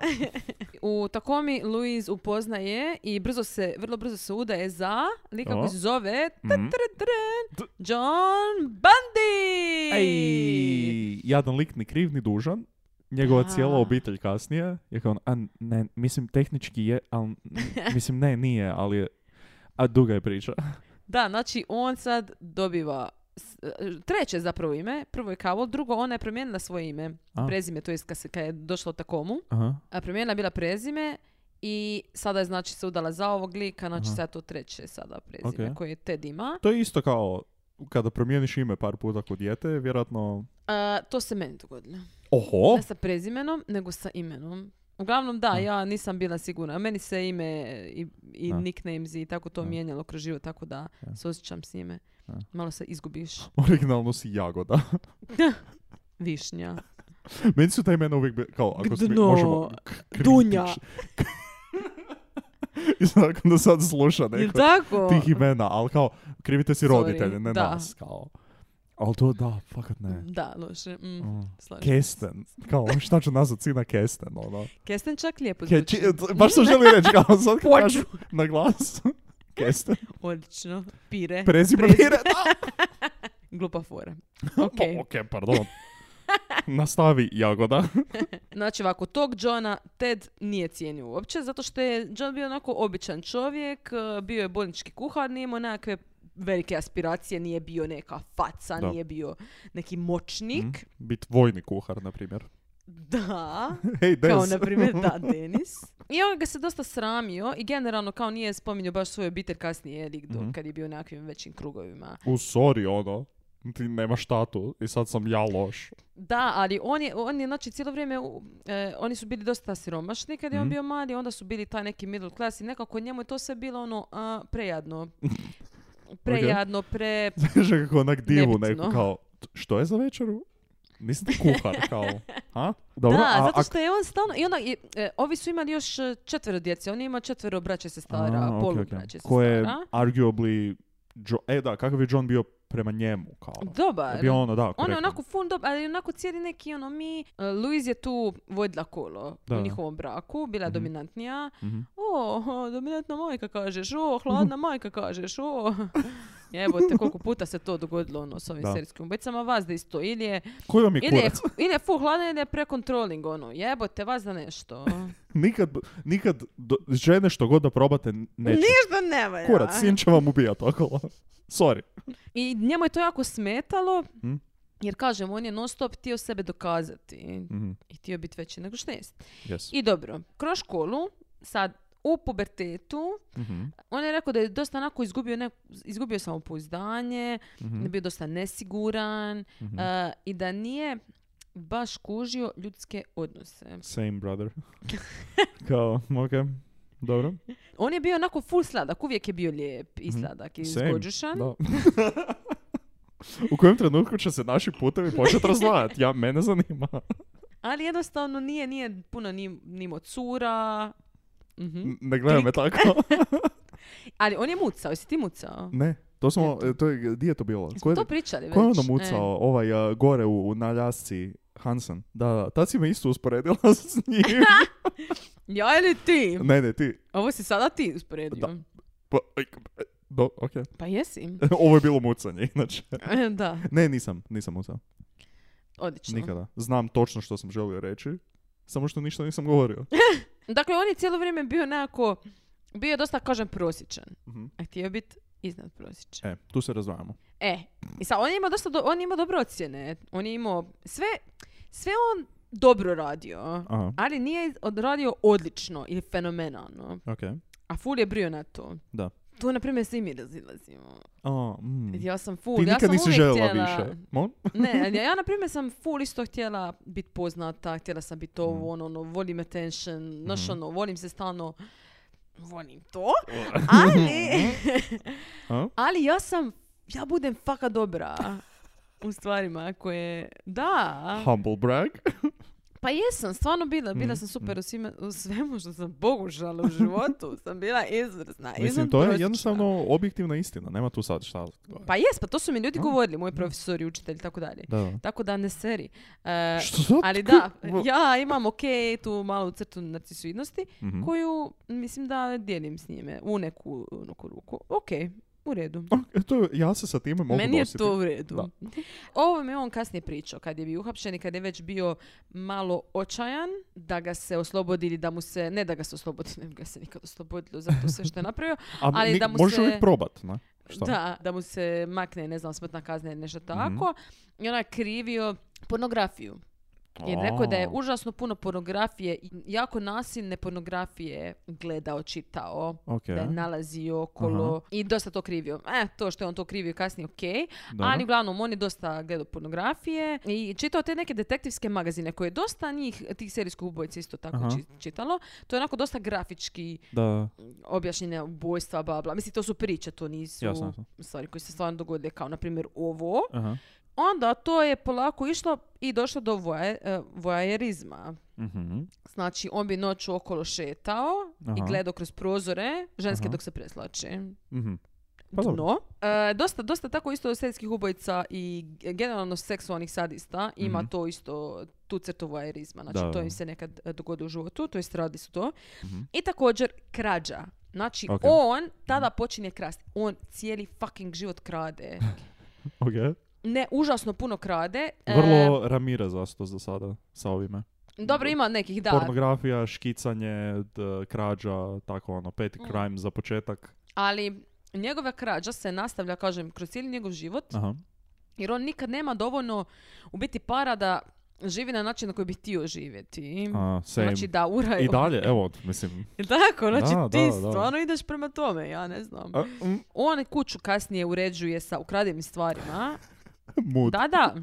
U Takomi Louise upoznaje i brzo se, vrlo brzo se udaje za lika
O.
koji se zove
Mhm.
John Bundy!
Ej, jadan lik ni kriv ni dužan. Njegova
Da.
cijela obitelj kasnije je kao, a ne, mislim tehnički je, ali mislim ne, nije, ali je, a duga je priča.
Da, znači on sad dobiva s- e, treće zapravo ime, prvo je Cowell, drugo ona je promijenila svoje ime,
A.
prezime, to jest kad, se, kad je došla u Takomu,
Aha,
a promijenila je bila prezime i sada je znači se udala za ovog lika, znači
Aha.
sad je to treće sada prezime
Ok.
koje Ted ima.
To je isto kao kada promijeniš ime par puta kod dijete, vjerojatno...
A, to se meni dogodilo.
Oho!
Ne sa prezimenom, nego sa imenom. Uglavnom da,
A.
ja nisam bila sigurna. Meni se ime i, i
A.
nicknames i tako to
A.
mijenjalo kroz život, tako da
A.
se osjećam s njime.
A.
Malo se izgubiš.
Originalno si Jagoda.
Višnja.
Meni su ta imena uvijek bi- kao, ako smi-
Gdno.
možemo... k- kritič-
Dunja.
I nakon da sad sluša
Jel
neko
tako?
tih imena, ali kao, krivite si
Sorry,
roditelje, ne
da.
nas, kao. Ali to da, fakat ne.
Da, loše. Mm,
Mm.
slažem.
Kesten. Kao, ono, šta ću nazvat sina Kesten, ono.
Kesten čak lijepo
Ke,
zvuči.
či- e, baš sam želio reći, kao sad kad kažu na glas. Kesten.
Odlično. Pire.
Prezime
Prezime.
Mire.
Glupa fora.
Ok,
Ok.
pardon. Nastavi Jagoda.
Znači ovako, tog Johna Ted nije cijenio uopće, zato što je John bio onako običan čovjek, eh, bio je bolnički kuhar, nije imao nekakve velike aspiracije, nije bio neka faca,
Da.
nije bio neki moćnik.
Mm, Bit vojni kuhar, na primjer.
Da.
Hej, Des.
Kao, na primjer, da, Denis. I on ga se dosta sramio i generalno kao nije spominjao baš svoju obitelj kasnije, je
Mhm.
kad je bio u nekakvim većim krugovima.
U, sorry, ono. Ti nemaš tatu i sad sam ja loš.
Da, ali on je, on je znači cijelo vrijeme, u- e, oni su bili dosta siromašni kad je on
Mhm.
bio mali, onda su bili taj neki middle class i nekako njemu je to sve bilo ono a, prejadno. Prejadno, pre...
Znaš kako onak divu
Nebitno.
neku, kao, "T- što je za večeru? Nisam ti kuhar, kao, ha? Dobro,
da,
a,
zato
a-
što je on stalno... I onda, i, e, ovi su imali još e, četvero djece, on je imao četvero braće i sestara,
A, ok,
polubraće i
ok. Ko je
sestara.
arguably, Jo- e da, kakav je John bio prema njemu, kao. Je
Dobar.
bio ono, da,
On je
korektan.
onako fun dob, ali onako cijeli neki ono mi... Luiz je tu vodila kolo
Da.
u njihovom braku, bila je
Mhm.
dominantnija. Oh,
Mhm.
O, dominantna majka kažeš, o, hladna majka kažeš, o. Oh. Evo te koliko puta se to dogodilo ono, s ovim
Da.
serijskim ubojicama. Vas da isto. Ili je,
Koji vam je
ili je,
kurac?
ili je full hladan ili je precontrolling. Ono. Jebote vas da nešto.
Nikad, nikad do, žene što god da probate neće.
Ništa ne valja.
Kurac, sin će vam ubijat okolo. Sorry.
I njemu je to jako smetalo.
Mhm.
Jer kažem, on je non stop htio sebe dokazati
Mhm,
i htio biti veći nego što jest.
Yes.
I dobro, kroz školu, sad u pubertetu,
Mhm,
on je rekao da je dosta onako izgubio, ne, izgubio samopouzdanje,
mhm,
da je bio dosta nesiguran
mhm.
e, i da nije baš kužio ljudske odnose.
Same brother. Kao, okej, dobro.
On je bio onako full sladak, uvijek je bio lijep i
Mhm.
sladak i
Same, Да.
zgođušan.
Da. U kojem trenutku će se naši putevi početi razdvajati? Ja, mene zanima.
ali jednostavno nije, nije puno ni, nimo cura. Mhm.
N- Ne gledaj me tako.
Ali on je mucao, jesi ti mucao?
Ne, to smo, e, to je, di je to bilo? Ko
Jesmo
je,
to pričali
ko je
već?
ono
E.
mucao, ovaj, a, gore u, u- na ljasci, Hansen? Da, da, tad si me isto usporedila s njim.
E. Ja ili ti?
ne, ne, ti.
Ovo si sada ti usporedio.
Da. Pa, aj, k- do, okej.
Pa jesi.
Ovo je bilo mucanje, inače.
da,
Ne, nisam, nisam mucao.
odlično.
Nikada. Znam točno što sam želio reći, samo što ništa nisam govorio.
Dakle, on je cijelo vrijeme bio nekako, bio je dosta, kažem, prosječan.
Mhm.
A htio biti iznad prosječan.
E, tu se razdvajamo.
E, i sad, on je imao dosta, do- on je imao dobre ocjene. On je imao, sve, sve on dobro radio.
Aha,
Ali nije odradio odlično ili fenomenalno.
okej.
A ful je brio na to.
Da.
Tu, na primjer, svi mi razilazimo.
A, mm.
Ja sam ful,
Ti
ja
nikad
sam
nisi
uvijek
željela
htjela-
više. Mon?
Ne, ali ja, ja na primjer sam full isto htjela biti poznata, htjela
Mm.
sam biti ovo, ono, ono, volim attention, znaš
Mhm.
ono, volim se stalno, volim to, ali,
Mhm. A?
ali ja sam, ja budem faka dobra u stvarima koje, da,
Humble brag.
pa jesam, stvarno bila, bila
Mhm,
sam super u, svime, u svemu što sam pokušala u životu, sam bila izvrsna,
Mislim, to je
izvanprosječna.
jednostavno objektivna istina. Nema tu sad šta.
Pa jes, pa to su mi ljudi
Mhm.
govorili, moji profesori, učitelji, i tako dalje.
Da, da.
Tako da ne seri. E,
Što sad?
Ali da,
Ko-
ja imam ok tu malu crtu narcisoidnosti
Mhm.
koju mislim da dijelim s njime u neku, u neku ruku. Ok, u redu.
Ok, to je- ja se sa time mogu
Meni je
dosjetiti.
to u redu.
Da.
Ovo mi je on kasnije pričao, kad je bio uhapšen i kad je već bio malo očajan da ga se oslobodi ili da mu se, ne da ga se oslobodi, ne bi ga se nikad oslobodilo za to sve što je napravio,
A
ali
ni-
da mu
možeš
se-
uvijek probat, ne? Šta?
da, da mu se makne, ne znam, smrtna kazna ili
Mhm.
nešto tako. I ona je krivio pornografiju. Jer rekao je da je
A.
užasno puno pornografije, i jako nasilne pornografije gledao, čitao,
Okej,
da je nalazio okolo i dosta to krivio. E, to što je on to krivio kasnije, ok.
dobro.
Ali uglavnom, on je dosta gledao pornografije i čitao te neke detektivske magazine koje je dosta njih, tih serijskih ubojica isto tako
Aha.
či- čitalo. To je onako dosta grafički
Da,
objašnjene ubojstva, bla, bla. Mislim, to su priče, to nisu
Jasno, jasno.
stvari koje se stvarno dogodile, kao na primjer ovo.
aha.
Onda to je polako išlo i došlo do voje, e, voajerizma.
Mhm.
Znači, on bi noću okolo šetao i
Aha.
gledao kroz prozore ženske
Aha.
dok se preslače.
Mhm. Pa dobro.
Dno. E, dosta, dosta tako isto serijskih ubojica i generalno seksualnih sadista ima
Mhm.
to isto, tu crtu voajerizma. Znači,
Da,
to
da.
im se nekad e, dogodi u životu, to jest radi su to.
Mhm.
I također, krađa. Znači,
Ok.
on tada počinje krasti. On cijeli fucking život krade.
Okej.
Ne, užasno puno krade. E,
Vrlo Ramirez to za sada sa ovime.
dobro, ima nekih, da.
Pornografija, škicanje, d- krađa, tako ono, peti
Mm.
crime za početak.
Ali njegova krađa se nastavlja, kažem, kroz cijeli njegov život,
Aha.
jer on nikad nema dovoljno u biti para da živi na način na koji bi htio živjeti.
A, same.
Mm. Znači da uraju.
I dalje, evo, mislim.
Jel Tako, znači
Da,
ti
da, da.
stvarno ideš prema tome, ja ne znam.
A, mm,
On kuću kasnije uređuje sa ukradenim stvarima.
mood.
Da, da.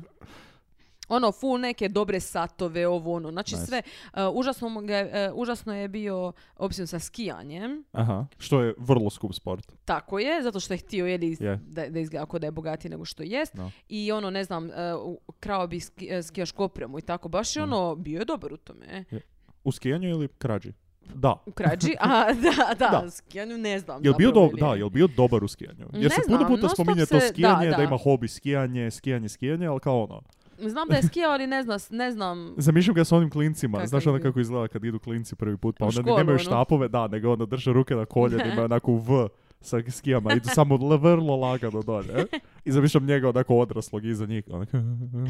Ono, full neke dobre satove, ovo ono. Znači
Nice.
sve, e, užasno, mu ga je- e, užasno je bio opcijom sa skijanjem.
Aha. Što je vrlo skup sport.
Tako je, zato što je htio je
Je.
da, da izgleda kao da je bogatiji nego što jest.
No.
I ono, ne znam, e, u- krao bi ski, e, skijašku opremu i tako.
Mm.
Baš je ono, bio je dobar u tome. e,
U skijanju ili krađi? Da.
U krađi, a da, da,
Da.
skijanju ne znam.
Jel bio,
zapravo
do,
ili
da,
je.
jel bio dobar u skijanju?
Ne
Jer se puno
znam,
puta
non stop
spominje to
se- da,
skijanje, da,
da. Mm.
ima hobi skijanje, skijanje, skijanje, ali kao ono.
Znam da je skijao, ali ne znam, ne znam.
Zamišljam ga s onim klincima,
Kakav
znaš
je
ono
bio?
kako izgleda kad idu klinci prvi put, pa
U
onda ni
školu,
nemaju
ono.
štapove, da, nego onda drže ruke na koljenima, onako u V sa skijama idu samo l- vrlo lagano dolje. e? I zamišljam njega onako odraslog iza njih. ono Onak...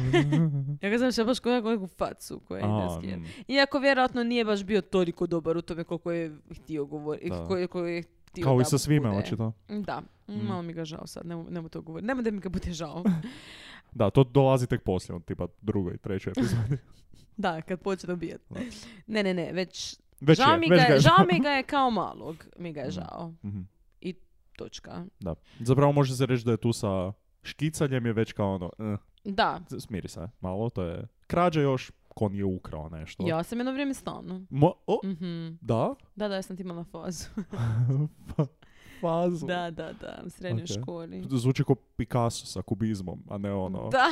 Ja ga znam što je baš koju neku facu koja Pa ide
A,
skijem.
mm.
Iako vjerojatno nije baš bio toliko dobar u tome koliko je htio govoriti.
Da.
Koliko je htio
Kao
da
i sa svime,
bude.
očito.
Da,
Mm.
malo mi ga žao sad, nemo, nemo to govoriti. Nemo da mi ga bude žao.
Da, to dolazi tek poslije, od tipa drugoj, trećoj epizodi.
Da, kad počne dobijati.
Da.
Ne, ne, ne, već...
Već
žao,
je,
mi
već
ga je,
ga je
žao mi ga je kao malog, mi ga je
Mm.
žao.
Mhm.
Točka.
Da. Zapravo može se reći da je tu sa škicanjem je već kao ono, eh,
Da,
smiri se malo, to je krađa još, kon je ukrao nešto.
ja sam jedno vrijeme stalno.
Mo- o,
Mhm.
da?
Da, da, ja sam ti imala fazu.
Fa- Fazu.
da, da, da, u srednjoj
Ok.
školi.
Zvuči kao Picasso sa kubizmom, a ne ono.
Da.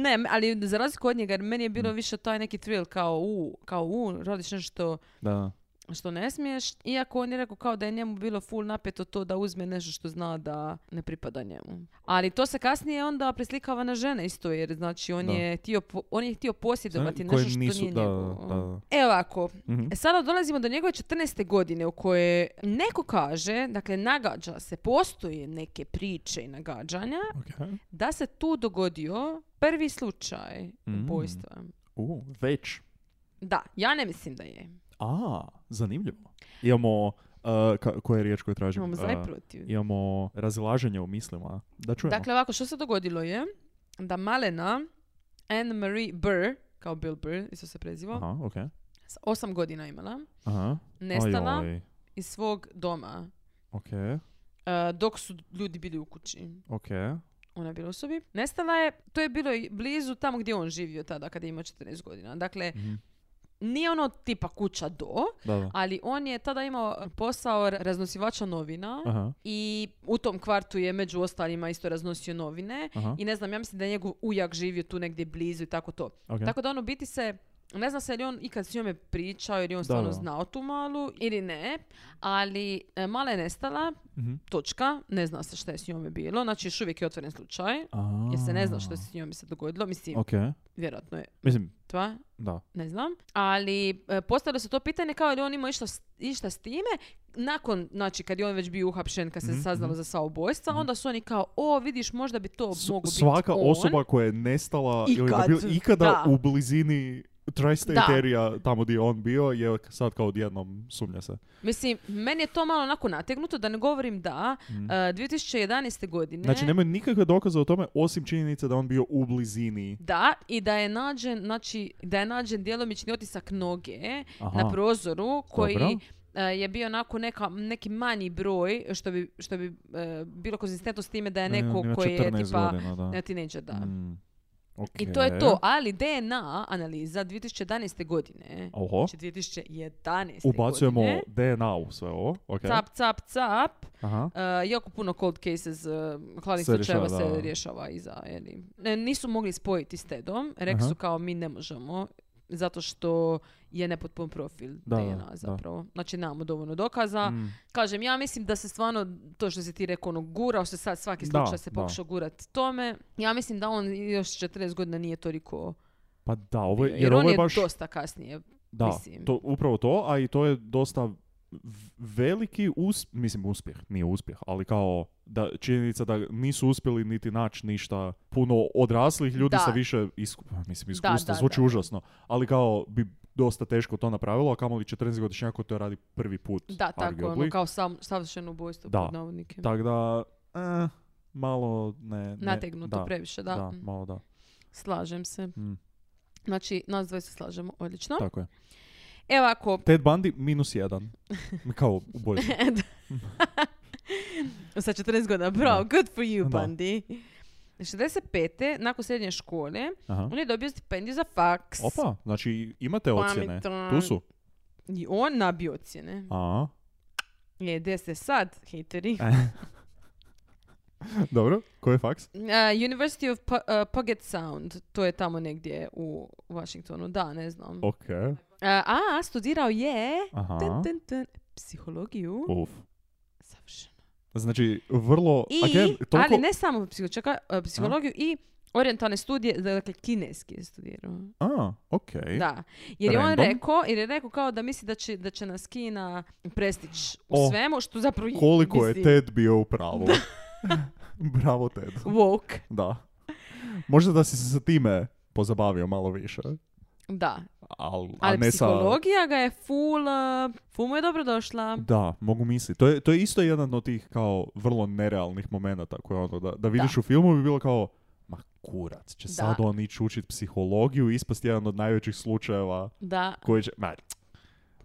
ne, m- ali za razliku od njega, jer meni je
Mm.
bilo više taj neki thrill kao u, kao u, radiš nešto
Da.
što ne smiješ, iako on je rekao kao da je njemu bilo full napeto to da uzme nešto što zna da ne pripada njemu. Ali to se kasnije onda preslikava na žene isto, jer znači on,
Da.
je, htio, po- on je htio posjedovati
Koje
nešto što
nisu-
nije
da,
njegovo.
da, da.
E ovako,
Mhm.
E, Sada dolazimo do njegove 14. godine u kojoj neko kaže, dakle nagađa se, postoje neke priče i nagađanja
Ok.
da se tu dogodio prvi slučaj
Mm.
ubojstva.
U, već.
Da, ja ne mislim da je.
A, zanimljivo. Imamo, uh, ka- koja je riječ koju tražimo?
Imamo za i protiv.
imamo razilaženje u mislima. Da čujemo.
Dakle, ovako, što se dogodilo je da Malena Anne Marie Burr, kao Bill Burr, isto se prezivo,
Aha, ok.
s osam godina imala,
Aha.
nestala
Ajoj.
iz svog doma
Ok,
e, dok su ljudi bili u kući.
ok.
Ona je bila u sobi. Nestala je, to je bilo i blizu tamo gdje je on živio tada kada je imao 14 godina. Dakle,
Mhm.
nije ono tipa kuća do,
Da, da.
ali on je tada imao posao raznosivača novina
Aha,
i u tom kvartu je među ostalima isto raznosio novine.
aha.
I ne znam, ja mislim da je njegov ujak živio tu negdje blizu i tako to.
ok.
Tako da on u biti se, ne zna se je li on ikad s njome pričao ili je on
Da,
stvarno
da.
znao tu malu ili ne, ali e, mala je nestala,
Mhm.
točka, ne zna se šta je s njome bilo, znači još uvijek je otvoren slučaj. Jer se ne zna što
A.
se s njom se dogodilo. Mislim,
Ok.
vjerojatno je
Ah, Mislim,
tva,
da.
ne znam. Ali e, postavilo se to pitanje kao je li on imao išta, s- išta s time. Nakon, znači kad je on već bio uhapšen, kad se
Mhm,
saznalo za sva ubojstva, onda su oni kao, o vidiš možda bi to
S-
mogu biti
svaka
on.
osoba koja je nestala ili da
Ikad,
bila ikada
da.
u blizini
Da.
Tri-State area, tamo gdje je on bio, je sad kao odjednom sumnja se.
Mislim, meni je to malo onako nategnuto, da ne govorim da,
Mhm.
e, 2011. godine...
Znači, nemaju nikakve dokaze o tome, osim činjenice da je on bio u blizini.
Da, i da je nađen, znači, da je nađen djelomični otisak noge
Aha.
na prozoru koji
Dobro.
e, je bio onako neka, neki manji broj što bi, što bi e, bilo konzistentno s time da je
Da, ima-
neko
ima
koji je
14
tipa
godina, da.
ne, tinejdžer, da.
Mm.
I to je
Ok.
to, ali DNA analiza 2011. godine,
Oho.
znači 2011.
Ubacujemo
godine,
DNA u sve ovo. Ok.
cap, cap, cap,
Aha.
e, jako puno cold cases, uh, hladnih
Se
slučajeva
rješava, da.
se rješava iza, je li. E, nisu mogli spojiti s Tedom, rekli
Aha.
su kao mi ne možemo, zato što je nepotpun profil
Da, da,
DNA
da.
zapravo. Znači nemamo dovoljno dokaza,
Mm.
Kažem, ja mislim da se stvarno, to što si ti rekao, ono, gurao se sad, svaki
Da,
slučaj se
da.
pokušao gurat tome. Ja mislim da on još 40 godina nije toliko
Pa da, ovo je,
bio,
jer,
jer
ovo
on
je
je
baš...
dosta kasnije.
Da,
Mislim.
to, upravo to, a i to je dosta v- veliki us, mislim uspjeh, nije uspjeh, ali kao da činjenica da nisu uspjeli niti naći ništa puno odraslih ljudi
Da.
sa više isku, pa, mislim, iskustva,
da,
zvuči
da.
užasno, ali kao bi dosta teško to napravilo, a kamoli 14-godišnjak koji to radi prvi put.
Da, tako, ono,
arguably.
kao sam, savršeno ubojstvo
Da.
pod navodnike.
Tako da, eh, malo ne... ne-
Nategnuto
da,
previše, da.
da.
Mm.
malo da.
Slažem se.
Mm,
Znači, nas dvoje se slažemo, odlično.
Tako je.
Evo ako...
Ted Bundy minus jedan. Kao ubojstvo.
Sa 14 godina, bravo, good for you,
Da.
Bundy. 65. nakon srednje škole,
Aha.
on je dobio stipendiju za faks.
Opa, znači imate ocjene.
Pametan.
Tu su.
I on nabio ocjene.
A,
Je, gdje ste sad, hejteri?
dobro. Koji je faks?
Uh, University of Pu- uh, Puget Sound, to je tamo negdje u Washingtonu, da, ne znam. Uh,
Ok.
a, studirao je
Aha.
tun, tun, tun, psihologiju.
Uf.
Savršeno.
Znači, vrlo...
I,
again, toliko...
ali ne samo psiho, čekaj, uh, e, psihologiju i orijentalne studije, dakle kineski je studirao.
A, okej.
Da. Jer je on
E? Random.
rekao, jer je rekao kao da misli da će, da će nas Kina prestić u
O,
svemu, što zapravo i
Koliko je
misli.
Ted bio u pravu. Bravo Ted.
Woke.
Da. Možda da si se sa time pozabavio malo više.
Da.
Al, a
Ali
ne sa-
psihologija ga je full, uh, full mu je dobro došla.
Da, mogu misliti. To je, to je isto jedan od tih kao vrlo nerealnih momenata koje ono, da, da vidiš u filmu bi bilo kao ma kurac, će
Da.
sad on ići učit psihologiju i ispast jedan od najvećih slučajeva
Da.
koji će... Ma,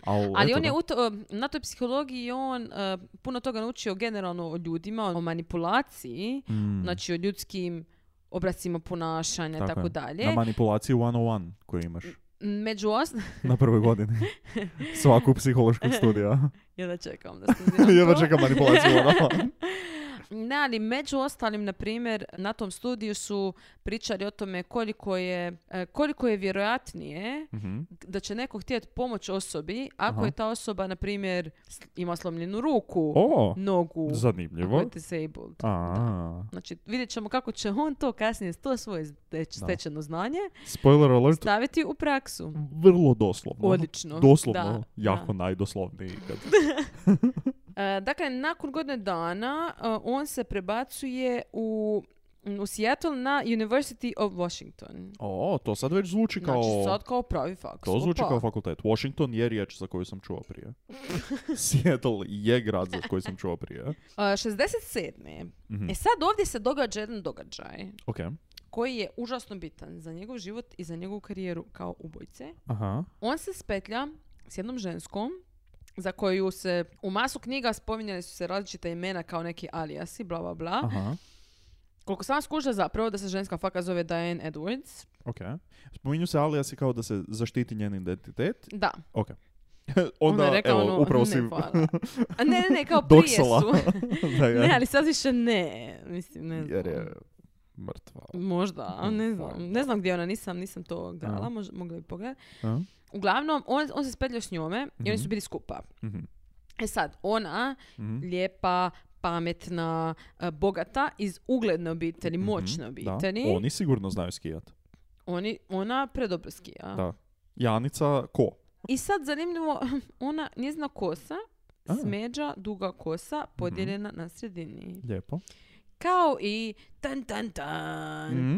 al,
Ali
eto
on
da.
je u to, e, na toj psihologiji on uh, puno toga naučio generalno o ljudima, o manipulaciji,
Mm,
znači o ljudskim obracima ponašanja i
tako
tako
je.
dalje.
Na manipulaciju 101 koju imaš
Među os...
na prvoj godini. Svaku psihološkog studija.
Ja da čekam da studiram
Jedva
to.
čekam manipulaciju 101.
Ne, ali među ostalim, na primjer, na tom studiju su pričali o tome koliko je, e, koliko je vjerojatnije
Mhm.
da će neko htjeti pomoć osobi ako
Aha.
je ta osoba, na primjer, s- ima slomljenu ruku,
O,
nogu, ako
zanimljivo.
je disabled.
A,
Znači, vidjet ćemo kako će on to kasnije, to svoje steć-
Da.
stečeno znanje,
spoiler alert,
staviti u praksu.
vrlo doslovno.
Odlično.
Ono Doslovno,
Da,
jako
da.
najdoslovniji. Kad...
E, dakle, nakon godine dana e, on se prebacuje u, u Seattle na University of Washington.
O, to sad već zvuči kao...
Znači sad kao pravi faks.
To zvuči
opa.
kao fakultet. Washington je riječ za koju sam čuo prije. Seattle je grad za koji sam čuo prije.
A, 67.
Mhm.
E sad ovdje se događa jedan događaj
Ok.
koji je užasno bitan za njegov život i za njegovu karijeru kao ubojice.
Aha.
On se spetlja s jednom ženskom za koju se u masu knjiga spominjali su se različita imena kao neki alijasi, bla bla bla.
Aha.
Koliko sam skužila zapravo da se ženska faka zove Diane Edwards.
Ok. Spominju se aliasi kao da se zaštiti njen identitet.
Da.
Ok.
Onda
Onda,
je rekao
evo,
ono,
upravo
ne,
si...
hvala. A ne, ne, ne, kao prije
Doksala.
su.
da, ja.
ne, ali sad više ne. Mislim, ne znam.
Jer je mrtva.
Možda, a ne znam.
Fajn.
Ne znam gdje je ona, nisam, nisam to gledala,
Aha.
mož- mogla bi pogledati.
A?
Uglavnom, on, on se spetljao s njome i oni
Mhm.
su bili skupa.
Mhm.
E sad, ona,
Mhm.
lijepa, pametna, e, bogata, iz ugledne obitelji,
Mhm,
moćne
da.
obitelji.
Oni sigurno znaju skijat.
Oni, ona predobro skija.
Da. Janica ko?
I sad, zanimljivo, ona, njezina kosa,
A. Mhm.
smeđa, duga kosa, podijeljena na sredini.
Lijepo.
Kao i tan tan tan.
Mhm.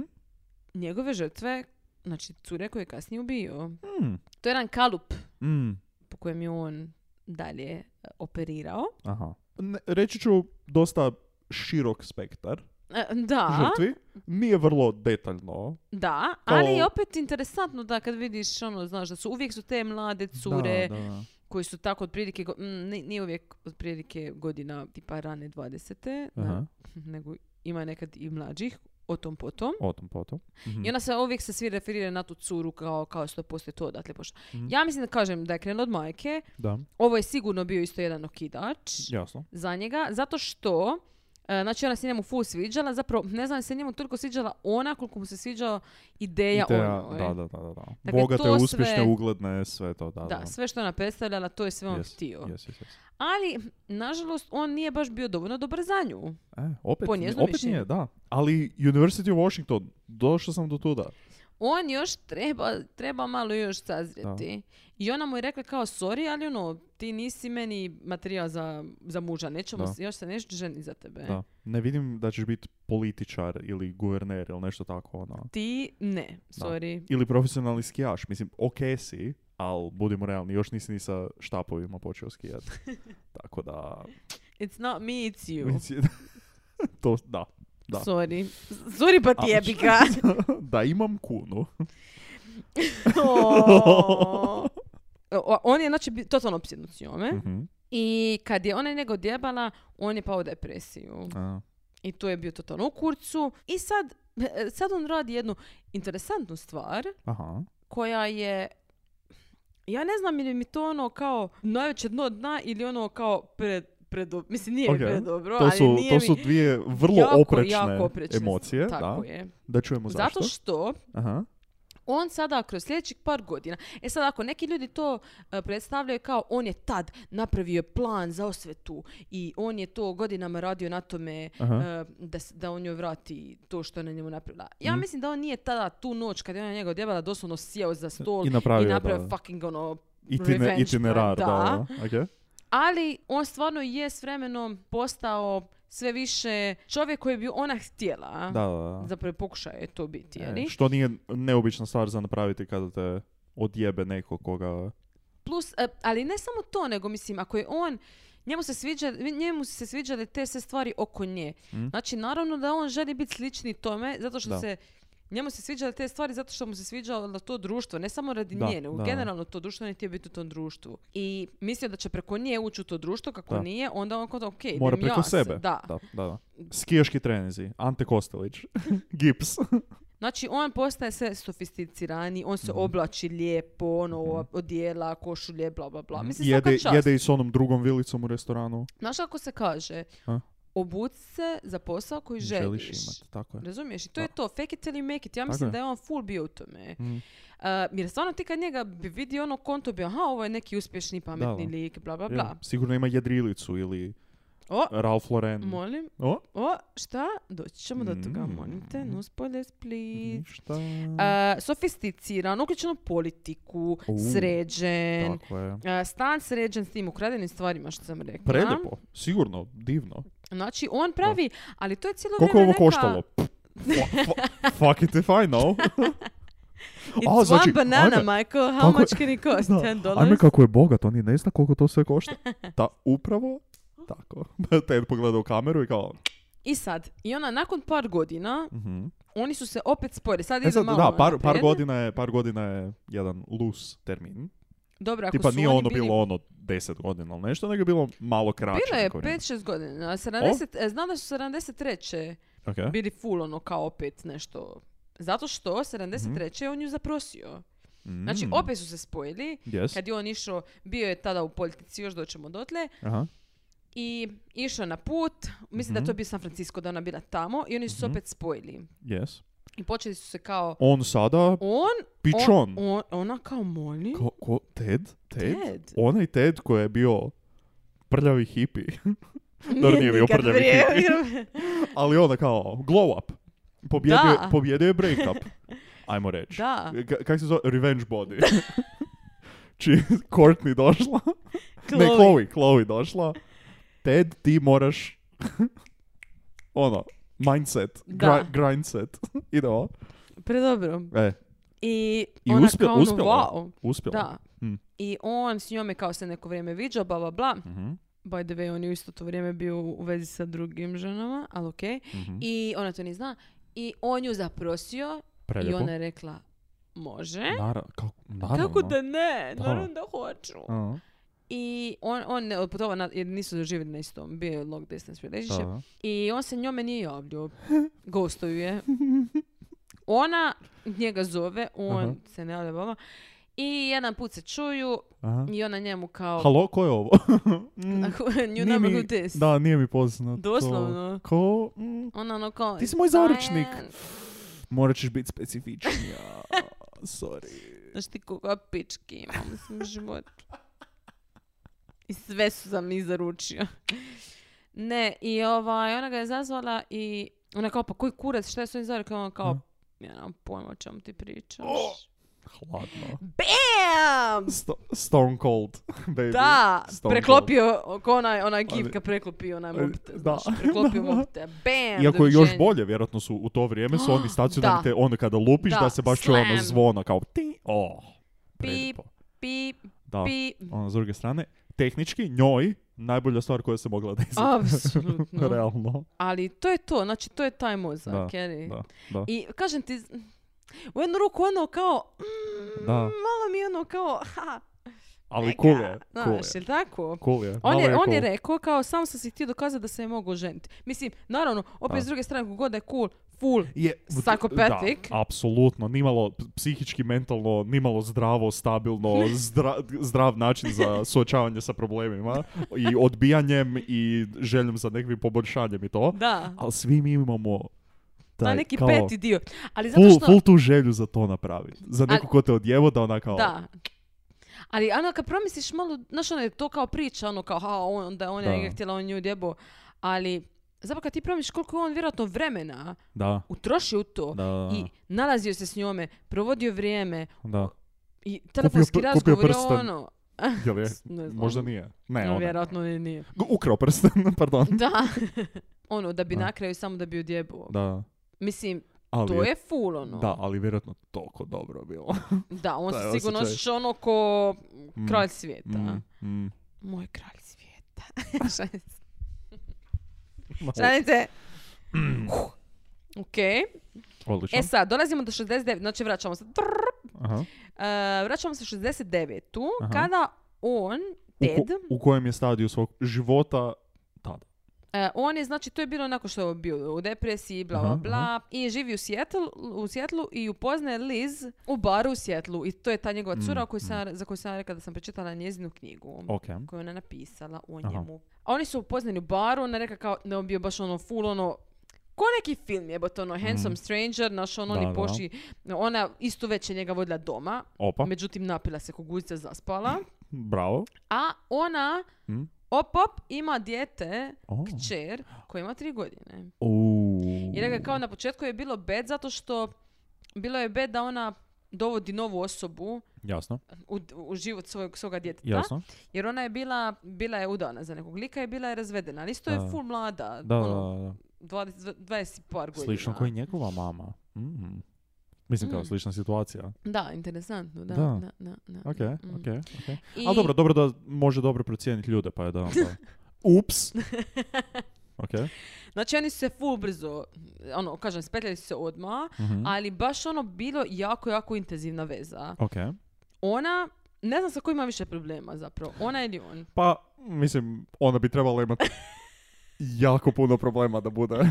Njegove žrtve, znači cure koje je kasnije ubio.
Mm.
To je jedan kalup
Mm.
po kojem je on dalje e, operirao.
Aha. Ne, reći ću dosta širok spektar
E, Da,
žrtvi. Nije vrlo detaljno.
da, ali je
Kao-
opet interesantno da kad vidiš ono, znaš, da su uvijek su te mlade cure
Da, da.
koji su tako otprilike, go- mm, ni- nije uvijek otprilike godina tipa rane 20. na-
Aha.
nego ima nekad i mlađih, o tom potom.
O tom potom. Mhm.
I ona se uvijek se svi referira na tu curu kao, kao što postoje to odatle pošlo.
Mhm.
Ja mislim da kažem da je krenuo od majke.
Da,
Ovo je sigurno bio isto jedan okidač.
jasno.
za njega, zato što e, Znači ona se njemu full sviđala, zapravo ne znam se njemu toliko sviđala ona koliko mu se sviđala ideja,
Ideja-
onoj.
da, da, da, da. da.
ono, Dakle,
Bogate,
to
uspješne,
sve-
ugledne, sve to, da.
Da, sve što je ona predstavljala, to je sve on
Yes,
htio.
yes, yes, yes.
Ali, nažalost, on nije baš bio dovoljno dobar za nju.
E, opet,
Po
nije-
njeznom
opet
mišljenju.
nije, da. Ali University of Washington, došao sam do tuda.
On još treba, treba malo još sazrijeti. I ona mu je rekla kao, sorry, ali ono, ti nisi meni materijal za, za muža, nećemo,
Da.
se- još se nešto ženi za tebe.
Da. Ne vidim da ćeš biti političar ili guverner ili nešto tako, ono.
Ti ne,
Da.
sorry.
Ili profesionalni skijaš. Mislim, ok si, ali budimo realni, još nisi ni sa štapovima počeo skijat. Tako da...
It's not me, it's you.
mislim, to, da. Da.
Sorry. Sorry pa ti
Auč.
jebi ga.
da imam kunu.
O. O- on je znači bi- totalno opsjednut s njome
Mhm.
i kad je ona njega odjebala, on je pao u depresiju
A,
i to je bio totalno u kurcu i sad, e, sad on radi jednu interesantnu stvar
aha.
koja je ja ne znam ili mi to ono kao najveće dno dna ili ono kao pred, predobro, mislim nije
Ok.
predobro,
To
ali
su,
nije
to
mi
su dvije vrlo
jako,
oprečne,
jako oprečne
emocije.
Tako
da.
je.
da čujemo
Zato
zašto.
što
Aha.
on sada kroz sljedećih par godina, e sad ako neki ljudi to e, predstavljaju kao on je tad napravio plan za osvetu i on je to godinama radio na tome
Aha. Mhm.
e, da, s- da on joj vrati to što je na njemu napravila. Ja mislim da on nije tada tu noć kad je ona njega odjebala doslovno sjeo za stol
I
i
napravio,
napravio,
da.
fucking ono
Itine,
revenge
itinerar, da.
plan,
da. Ok.
ali on stvarno je s vremenom postao sve više čovjek koji bi ona htjela. a?
Da, da, da.
Zapravo pokušaj je to biti, je
E,
li?
što nije neobična stvar za napraviti kada te odjebe neko koga...
Plus, e, ali ne samo to, nego mislim, ako je on, njemu se, sviđa, njemu su se sviđale te sve stvari oko nje.
Mm.
Znači, naravno da on želi biti slični tome, zato što
Da.
se Njemu se sviđale te stvari zato što mu se sviđalo to društvo, ne samo radi
Da,
nje, nego
da.
generalno to društvo on je htio biti u tom društvu. I mislio da će preko nje ući u to društvo, kako
Da.
nije, onda on kao, ok, idem
Mora preko
ja se."
sebe.
Da.
Da, da, da. Skijaški trenizi. Ante Kostelić. Gips.
Znači, on postaje sve sofisticirani, on
Mhm.
se oblači lijepo, ono, odijela, košulje, bla, bla, bla. Mislim, svaka
Mhm. jede,
čast.
jede i s onom drugom vilicom u restoranu.
Znaš kako se kaže?
A?
Obuci se za posao koji želiš.
Želiš imati, tako je.
Razumiješ? I
Da. Pa.
to je to. Fake it till you make it. Ja
Tako
mislim
je.
da je on full bio u tome.
Mm.
A, jer stvarno ti kad njega bi vidio ono konto bi, aha, ovo je neki uspješni, pametni
da.
lik, bla, bla,
Je,
bla.
Sigurno ima jedrilicu ili
O,
Ralph Lauren.
molim.
O,
O, šta? Doći ćemo do toga,
Mm. Mm-hmm.
molim te. No spoilers, please.
ništa.
Uh, sofisticiran, uključen u politiku,
U,
sređen,
Tako je.
uh, stan sređen s tim ukradenim stvarima što sam rekla.
Prelijepo, sigurno, divno.
Znači, on pravi, ali to je cijelo
Koliko je ovo
vrijeme
koštalo?
neka...
Pff, fu- fu- fuck it if I know.
It's
A, znači,
one banana,
ajme-
Michael. How
kako-
much can it cost?
Da.
10 dollars?
Ajme kako je bogat, on i ne zna koliko to sve košta. Da, upravo tako. Ted pogleda u kameru i kao...
I sad, i ona nakon par godina,
mhm.
oni su se opet spore. Sad
E
idem
sad,
malo
da, par, par
naprijed.
godina je, par godina je jedan loose termin.
Dobro, ako
Tipa
su
nije
oni
ono
bili...
bilo ono 10 godina ili nešto, nego je bilo malo kraće.
Bilo je
neko vrijeme.
5-6 godina. 70, e, znam da su 73.
Okej.
bili full ono kao opet nešto. Zato što 73. je on ju zaprosio. Znači,
Mm,
opet su se spojili.
Yes.
Kad je on išao, bio je tada u politici, još doćemo dotle.
Aha.
I išao na put, mislim da je to bio San Francisco, da je ona bila tamo. I oni su se
Mhm.
opet spojili.
Yes.
I počeli su se kao...
On sada,
On
pičon.
On, on- ona kao moli.
Ko, ko, Ted? Ted?
Ted.
Onaj Ted koji je bio prljavi hipi. Dobro, nije bio
Nikad
prljavi
prije.
hippie. Ali onda kao, glow up. Pobjedio,
Da.
pobjedio je break up. Ajmo reći.
da,
K- Kak se zove? Revenge body. Či Courtney došla. Ne,
Chloe.
Chloe, Chloe došla. Ted, ti moraš... ono, mindset.
Da.
Gri- grindset. Idemo.
predobro.
E,
I,
I
ona
uspje-
kao ono,
uspjela je.
wow.
uspjela.
Da.
Mm.
I on s njome kao se neko vrijeme viđao, bla, bla, bla.
Mhm,
By the way, on je u isto to vrijeme bio u vezi sa drugim ženama, ali okej.
mhm.
I ona to ni zna. I on ju zaprosio i
Preljepo.
ona je rekla, može.
Nara- kako, naravno.
Kako da ne?
Da.
Naravno da hoću.
A,
I on, on ne otputova na- jer nisu živjeli na istom, bio je long distance relationship.
da.
I on se njome nije javljao. Gostoju je. Ona njega zove, on
Aha.
se ne javlja vama. I jedan put se čuju
Aha.
i ona njemu kao...
Halo, ko je ovo? Mm,
you
nije
never
mi-
do this.
Da, nije mi poznato.
Doslovno.
Ko? Mm,
Ona ono kao...
Ti si moj
"Brian."
zaručnik. Morat ćeš biti specifičnija. Sorry.
Znaš ti koga pički imam u svom životu. I sve su sam mi zaručio. Ne, i ovaj, ona ga je zazvala i ona kao, pa koji kurac, šta je s ovim zaručio? Ona kao, ja nemam pojma o čemu ti pričaš.
O! Hladno.
Bam!
Sto- stone cold, baby.
Da,
Stone
preklopio, ko onaj, onaj gif
Ali-
kad preklopio onaj
ali-
mobite,
da.
znaš, preklopio
Da.
mobite, bam,
Iako je još
doviđenja.
bolje, vjerojatno su u to vrijeme su oni stacionarni,
Da.
te onda kada lupiš da,
Da,
se baš čuje ono
slam.
zvona kao ti, oh, prelijepo.
Pi,
Da,
pi,
ono, s druge strane, tehnički njoj najbolja stvar koja se mogla desiti.
apsolutno.
Realno,
Ali to je to, znači to je taj mozak,
Da,
je li?
da, da.
I kažem ti, u jednu ruku ono kao, mm,
Da.
malo mi ono kao, ha,
Ali
neka,
cool je, cool je.
znaš, jel tako?
Cool je.
On
malo
je, on
cool.
je rekao kao samo sam si htio dokazati da se je mogao ženiti. Mislim, naravno, opet
Da.
s druge strane, kako god da je cool, full,
je
Psychopathic.
Da, apsolutno, nimalo p- psihički, mentalno, nimalo zdravo, stabilno, zdra- zdrav način za suočavanje sa problemima i odbijanjem i željom za nekim poboljšanjem i to.
da.
Ali svi mi imamo
na
taj,
neki
kao,
peti dio. Ali zato
Full,
što...
full tu želju za to napraviti. Za
Ali-
nekog ko te odjevo da ona kao...
Da. Ali ono kad promisliš malo, znaš ono je to kao priča, ono kao ha, on, onda on je
Da.
njega htjela, on nju djebo. Ali zapravo kad ti promisliš koliko je on vjerojatno vremena
Da.
utrošio u to
Da, da,
i nalazio se s njome, provodio vrijeme
da.
i telefonski
pr- kupio
razgovor je
prsten.
ono...
Jel je?
Ne znam.
Možda nije. Ne,
No,
ona.
vjerojatno ni nije.
Ukrao prsten, pardon.
Da. ono, da bi
Da.
na kraju samo da bi odjebao.
Da.
Mislim,
Ali
to je ful, ono.
Da, ali vjerojatno toliko dobro bilo.
Da, on
Taj
se sigurno
osjećaj.
osjeća ono ko
Mm.
kralj svijeta.
Mm, mm.
Moj kralj svijeta. Šalim se. Šalim se. Ok.
Odlično.
E sad, dolazimo do 69. Znači, vraćamo se. Brrr.
Aha.
E, vraćamo se 69. Tu,
Aha.
kada on,
U, ko-
Ted,
u kojem je stadiju svog života tada.
E, on je, znači, to je bilo nakon što je bio u depresiji, bla, bla,
Aha,
bla. I živi u Sjetlu, u Sjetlu i upoznaje Liz u baru u Sjetlu. I to je ta njegova
Mm,
cura koju sam, za koju sam ja rekla da sam pročitala njezinu knjigu.
Ok.
Koju je ona napisala o
Aha.
njemu. A oni su upoznani u baru, ona je rekla kao da je on bio baš ono full ono Ko neki film je, to ono Handsome Stranger, naš on,
Mhm. Da, da. Pa.
oni pošli, ona istu večer njega vodila doma,
Opa.
međutim napila se kuguzica zaspala,
Mhm. Bravo.
a ona,
Mm.
op, op, ima dijete
O.
kćer koja ima tri godine.
Uuu.
I rekao kao na početku je bilo bed zato što bilo je bed da ona dovodi novu osobu
Jasno,
u, u život svog, svoga djeteta.
jasno.
Jer ona je bila, bila je udana za nekog lika i bila je razvedena. Ali isto
Da.
je full mlada.
Da, da,
ono,
da.
20, 20 i par godina.
Slično koji njegova mama. Mm. Mislim kao
Mm.
slična situacija.
Da, interesantno. Da,
Da.
da, da, da.
Ok,
Mm.
ok, ok.
I-
Ali dobro, dobro da može dobro procijeniti ljude, pa je da onda... Ups! Ok.
Znači oni su se full brzo, ono, kažem, spetljali su se odmah,
mhm.
ali baš ono bilo jako, jako intenzivna veza.
Ok.
Ona, ne znam sa kojima ima više problema zapravo, ona ili on.
Pa, mislim, ona bi trebala imati jako puno problema da bude.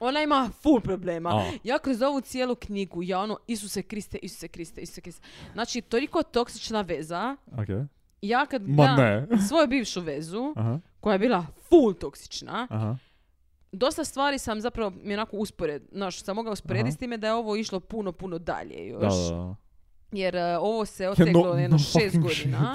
Ona ima full problema.
A.
Ja kroz ovu cijelu knjigu, ja ono, Isuse Kriste, Isuse Kriste, Isuse Kriste. Znači, toliko toksična veza.
Ok.
Ja kad
Ma
gledam
ne.
svoju bivšu vezu,
Aha,
koja je bila full toksična,
aha.
dosta stvari sam zapravo, mi onako uspored, znaš, sam mogla usporediti
Aha.
s time da je ovo išlo puno, puno dalje još.
Da, da, da.
Jer e, ovo se oteglo
no-
jedno
no
šest
fucking
godina.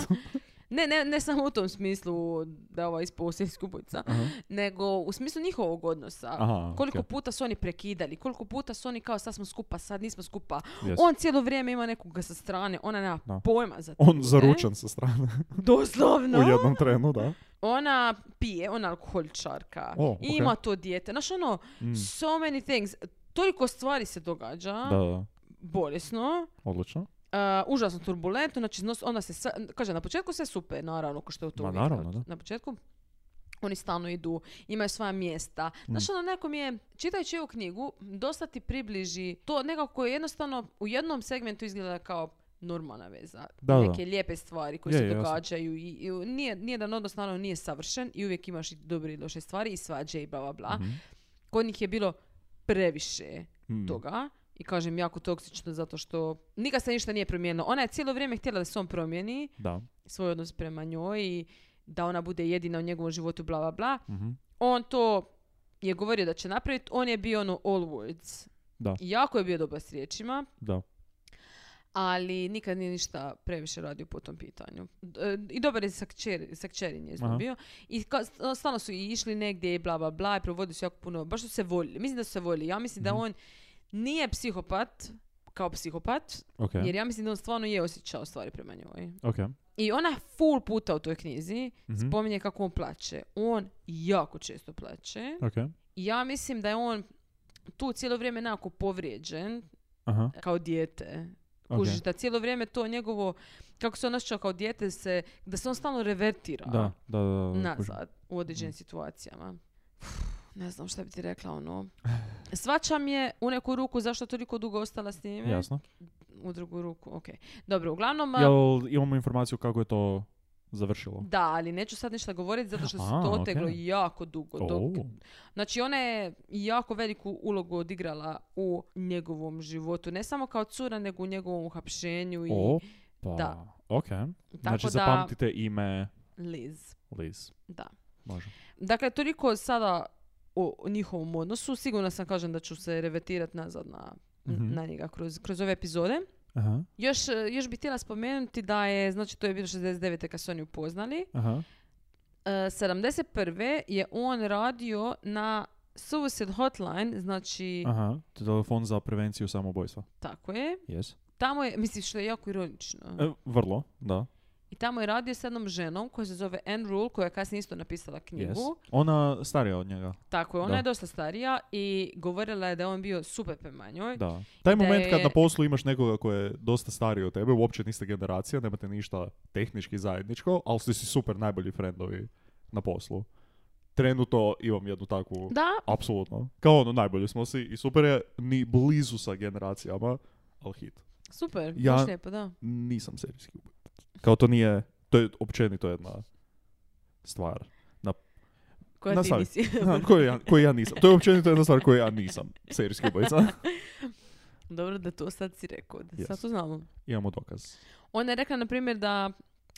Ne, ne, ne samo u tom smislu da je ova ispao osjetski ubojica,
Aha.
nego u smislu njihovog odnosa.
Aha,
koliko
ok.
puta su oni prekidali, koliko puta su oni kao sad smo skupa, sad nismo skupa.
Yes.
On cijelo vrijeme ima nekoga sa strane, ona nema
Da.
pojma za to.
On zaručen sa strane
Doslovno.
u jednom trenu, da.
Ona pije, ona je alkoholičarka.
O,
I
ok.
Ima to dijete. Znaš ono,
Mm.
so many things. Toliko stvari se događa,
Da, da.
bolesno,
Odlično.
uh, užasno turbulentno, znači nos- onda se, sve- kaže, na početku sve super, naravno, ko što je to
Ma,
uvijek,
naravno, da.
na početku. Oni stalno idu, imaju svoja mjesta.
Hmm.
Znaš, ono, neko mi je, čitajući ovu knjigu, dosta ti približi to nekako je jednostavno u jednom segmentu izgleda kao normalna veza.
Da, da.
Neke lijepe stvari koje
Je,
se
je, jasno.
događaju i, i nije, nijedan odnos naravno nije savršen i uvijek imaš i dobre i loše stvari i svađe i bla, bla, bla.
Mhm.
Kod njih je bilo previše
Mm.
toga i kažem jako toksično zato što nikad se ništa nije promijenilo. Ona je cijelo vrijeme htjela da se on promijeni
Da.
svoj odnos prema njoj i da ona bude jedina u njegovom životu, bla, bla, bla.
Mhm.
On to je govorio da će napraviti, on je bio ono all words.
Da.
I Jako je bio dobar s riječima,
Da.
ali nikad nije ništa previše radio po tom pitanju. E, I dobar je sa kćeri, sa kćeri njezinom
Aha.
bio. I ka- st- stalno su i išli negdje i bla, bla, bla, i provodili su jako puno, baš su se voljeli. Mislim da su se voljeli. Ja mislim da
Mhm.
on nije psihopat, kao psihopat,
Ok.
jer ja mislim da on stvarno je osjećao stvari prema njoj.
Ok.
I ona full puta u toj knjizi
Mhm.
spominje kako on plaće. On jako često plaće.
Ok.
I ja mislim da je on tu cijelo vrijeme nekako povrijeđen
Aha.
kao dijete.
Ok.
Kužiš da cijelo vrijeme to njegovo, kako se on osjećao kao dijete, se, da se on stalno revertira
Da, pa Mm. da, da. da, da, kužim.
nazad u određenim situacijama. Uf, Ne znam šta bi ti rekla ono. Svačam je u neku ruku zašto je toliko dugo ostala s njime.
Jasno.
U drugu ruku, ok. Dobro, uglavnom... a,
Jel imamo informaciju kako je to završilo?
Da, ali neću sad ništa govoriti zato što se
A,
to oteglo
okej.
jako dugo. Dok...
Oh.
Znači ona je jako veliku ulogu odigrala u njegovom životu. Ne samo kao cura, nego u njegovom uhapšenju i
Opa.
Da.
Ok.
tako
Znači
da...
zapamtite ime
Liz,
Liz.
da.
Može.
Dakle, toliko sada o, o njihovom odnosu. Sigurna sam kažem da ću se revetirati nazad na,
Mhm.
na njega kroz, kroz ove epizode.
Aha,
Još, e, još bih htjela spomenuti da je, znači to je bilo 69. kad su oni upoznali.
aha.
E, 71. je on radio na Suicide Hotline, znači
Aha, to je telefon za prevenciju samobojstva.
tako je.
Yes.
Tamo je, mislim što je jako ironično.
E, vrlo, da.
I tamo je radio s jednom ženom koja se zove Anne Rule, koja je kasnije isto napisala knjigu.
Yes. Ona starija od njega,
Tako je, ona
Da.
je dosta starija i govorila je da je on bio super prema njoj.
da. Taj
Da
moment kad
je-
na poslu imaš nekoga koji je dosta stariji od tebe, uopće niste generacija, nemate ništa tehnički zajedničko, ali ste si super najbolji friendovi na poslu. Trenutno imam jednu takvu,
Da,
apsolutno. Kao ono, najbolji smo si i super je, ni blizu sa generacijama, ali hit.
super,
Ja-
baš lijepo, da.
nisam serijski ubojica. Kao to nije, to je općenito jedna stvar.
Koja
Na
ti
savjet.
nisi.
Znam, koju ja, koju ja nisam. To je općenito jedna stvar koju ja nisam, serijski ubojica.
Dobro da to sad si rekao, da sad
Jest.
to znamo.
Imamo dokaz.
Ona je rekla, na primjer, da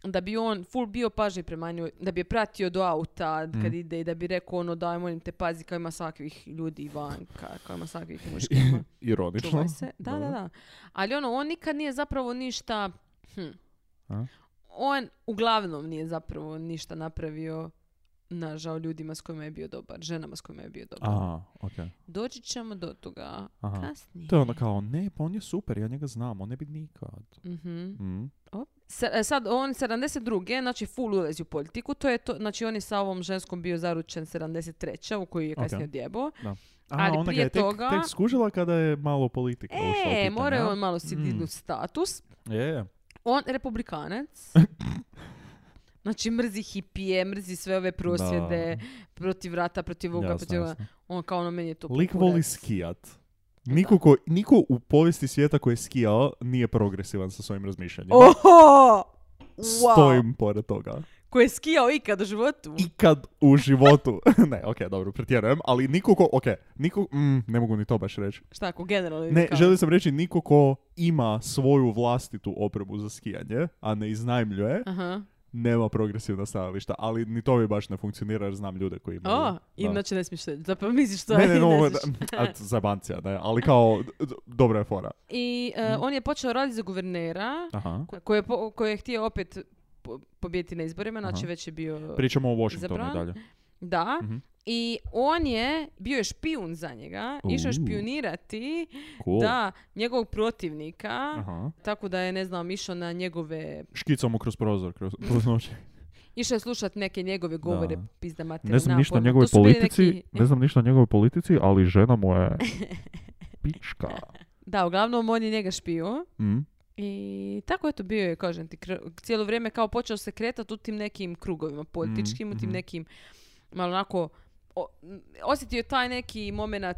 da bi on full bio pažljiv prema njoj, da bi je pratio do auta kad
Mhm.
ide i da bi rekao ono daj molim te pazi kao ima svakvih ljudi van, ka- kao ima svakvih muškima.
Ironično.
Čuvaj se. Da, da,
Dobro.
da. Ali ono, on nikad nije zapravo ništa... Hm.
A?
On uglavnom nije zapravo ništa napravio nažao ljudima s kojima je bio dobar, ženama s kojima je bio dobar.
Aha, okej.
Doći ćemo do toga
Aha.
kasnije.
To je ono kao, ne, pa on je super, ja njega znam, on ne bi nikad.
Mhm.
Mm.
Sa- e, sad, on 72. znači full ulezi u politiku, to je to, znači on je sa ovom ženskom bio zaručen 73. u koju je kasnije
Ok.
odjebao.
A,
Ali
ona ga
prije
je tek,
toga-
tek skužila kada je malo politika ušla u
E,
pitanje,
morao je
a?
on malo si
Mm.
dignut status.
Je,
On republikanac. Znači, mrzi hipije, mrzi sve ove prosvjede protiv rata, protiv ovoga,
jasno,
protiv ovoga.
jasno.
On kao ono, meni je to
Lik
kurac.
voli skijat. Niko, ko, niko u povijesti svijeta koji je skijao nije progresivan sa svojim razmišljanjima.
Oh! Oho! Wow!
Stojim pored toga.
Ko je skijao ikad u životu?
Ikad u životu. ne, ok, dobro, pretjerujem, ali niko ko, ok, niko, mm, ne mogu ni to baš reći.
Šta, ako generalno? ili
Ne,
kao?
želim sam reći niko ko ima svoju vlastitu opremu za skijanje, a ne iznajmljuje,
Aha.
nema progresivna stajališta, ali ni to mi baš ne funkcionira jer znam ljude koji imaju.
O,
Da.
inače ne smiješ to. Zapravo misliš to.
Ne, ne,
i
no,
ne
ovo je-
znaš.
a, zajebancija, ne, ali kao, d- d- dobra je fora.
I e,
Mhm.
on je počeo raditi za guvernera,
Aha.
ko- koji je, po- koji je htio opet po- pobijediti na izborima, znači
Aha.
već je bio...
Pričamo o Washingtonu
Izabran?
i dalje.
Da.
Mhm.
I on je bio je špijun za njega, išao je
Uuu.
špijunirati
Cool.
da njegovog protivnika,
Aha.
tako da je ne znam išao na njegove,
Škicom mu kroz prozor, kroz, kroz noći.
išao je slušati neke njegove govore
Da.
pizda materina.
Ne znam ništa o njegovoj politici, ne znam ništa o njegovoj politici, ali žena mu je pička.
Da, uglavnom on je njega špio.
Mm.
I tako eto bio je, kažem ti, kr- cijelo vrijeme kao počeo se kretati u tim nekim krugovima političkim, u tim
mhm.
nekim, malo onako, o- m, osjetio je taj neki moment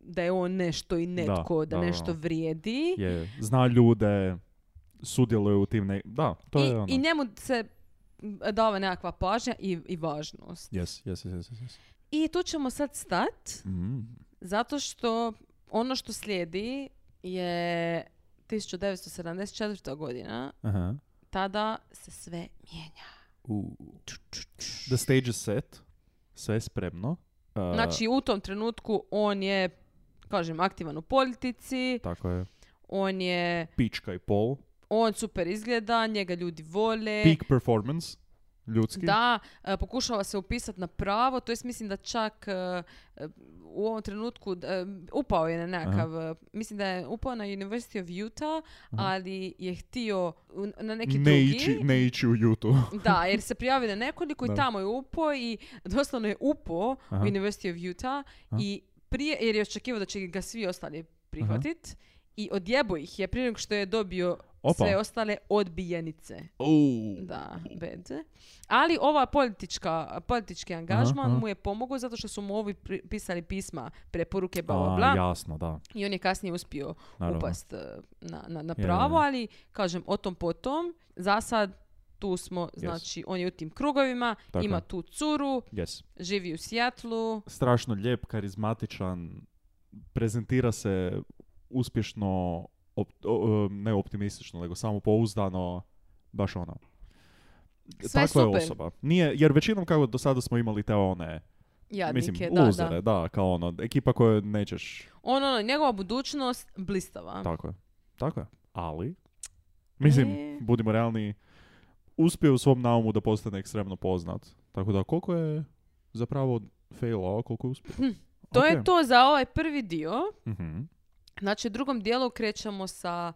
da je on nešto i netko, da,
da, da,
nešto
da.
vrijedi.
Je, zna ljude, sudjeluje u tim ne... Da, to
I,
je ono.
I njemu se m, dava nekakva pažnja i, i važnost.
Yes, yes, yes, yes, yes.
I tu ćemo sad stat,
Mm.
zato što ono što slijedi je 1974. godina,
Aha.
tada se sve mijenja.
The stage is set. Sve je spremno. Uh,
Znači u tom trenutku on je, kažem, aktivan u politici,
Tako je.
on je,
Pička i pol.
on super izgleda, njega ljudi vole.
Peak performance. Ljudski.
E. Da, e, pokušava se upisati na pravo, to jest mislim da čak e, e, u ovom trenutku e, upao je na nekakav, e, mislim da je upao na University of Utah, ali je htio u- na neki
ne,
drugi.
ići, ne ići u YouTube.
Da, jer se prijavio na nekoliko i
Da.
tamo je upo i doslovno je upo
Aha.
u University of Utah
Aha.
i prije, jer je očekivao da će ga svi ostali prihvatit i odjebo ih je prije nego što je dobio
Opa.
sve ostale odbijenice.
Oh.
Da, bed. Ali ova politička, politički angažman
aha.
mu je pomogao zato što su mu ovi pri- pisali pisma, preporuke, bla, bla,
A,
bla.
jasno, da.
I on je kasnije uspio
Naravno.
upast e, na, na, na
Je,
pravo,
je.
ali kažem, o tom potom, za sad tu smo, znači, on je u tim krugovima,
Tako
ima
je.
tu curu,
Yes.
živi u Sjetlu,
strašno lijep, karizmatičan, prezentira se uspješno, op- o- o, ne optimistično, nego samo pouzdano, baš ono.
Sve
Takva je
super.
osoba. Nije, jer većinom kako do sada smo imali te one
Jadnike,
Mislim,
da,
luzere,
da.
da, kao ono, ekipa koju nećeš,
Ono, ono, njegova budućnost blistava.
tako je. Tako je. Ali, mislim,
E.
budimo realni, uspio je u svom naumu da postane ekstremno poznat. Tako da, koliko je zapravo failao, a koliko je uspio?
Hm, To
Ok.
je to za ovaj prvi dio.
Mhm.
Znači, u drugom dijelu krećemo sa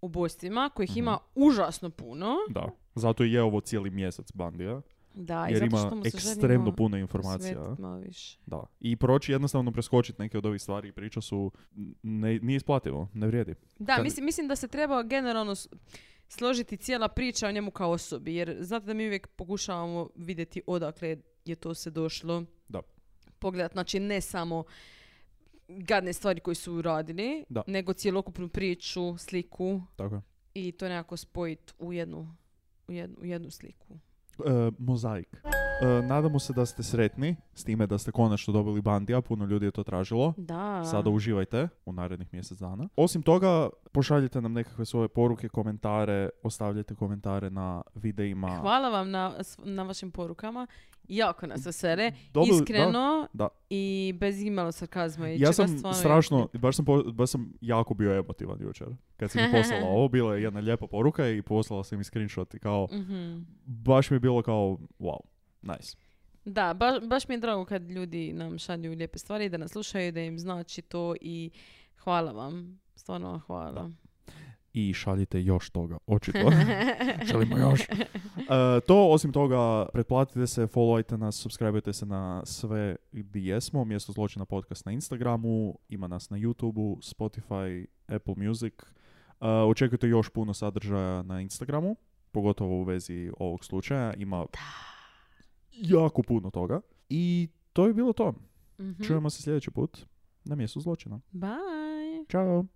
ubojstvima kojih
Mhm.
ima užasno puno.
Da. Zato i je ovo cijeli mjesec Bandija,
Da,
jer
i zato
ima
što mu se
ekstremno
želimo
puno informacija.
posvetiti malo više.
Da. I proći jednostavno preskočiti neke od ovih stvari i priča su ne, nije isplativo, ne vrijedi.
Da,
Kad-
mislim, mislim da se treba generalno s- složiti cijela priča o njemu kao osobi, jer znate da mi uvijek pokušavamo vidjeti odakle je to se došlo.
Da.
Pogledat, znači ne samo gadne stvari koje su uradili,
Da.
nego cjelokupnu priču, sliku
Tako je.
i to nekako spojiti u jednu, u jednu, u jednu sliku.
E, mozaik. E, nadamo se da ste sretni s time da ste konačno dobili Bandija, puno ljudi je to tražilo.
Da.
Sada uživajte u narednih mjesec dana. Osim toga, pošaljite nam nekakve svoje poruke, komentare, ostavljajte komentare na videima.
Hvala vam na, s- na vašim porukama. Jako nas vesele.
Dobili- da,
Iskreno
da.
i bez imalo sarkazma. i
ja
čega
sam
stvarno
strašno, baš sam, po- baš sam jako bio emotivan jučer. Kad si mi poslala ovo, bila je jedna lijepa poruka i poslala sam mi screenshot i kao,
Mhm.
baš mi je bilo kao, wow, nice.
Da, baš, baš mi je drago kad ljudi nam šalju lijepe stvari, da nas slušaju, da im znači to i hvala vam. Stvarno vam hvala.
I šaljite još toga, očito. Želimo još. E, to, osim toga, pretplatite se, followajte nas, subscribeajte se na sve gdje jesmo. Mjesto zločina podcast na Instagramu, ima nas na YouTubeu, Spotify, Apple Music. E, očekujte još puno sadržaja na Instagramu, pogotovo u vezi ovog slučaja. Ima jako puno toga. I to je bilo to.
Mhm.
Čujemo se sljedeći put na mjestu zločina.
Bye!
Ćao!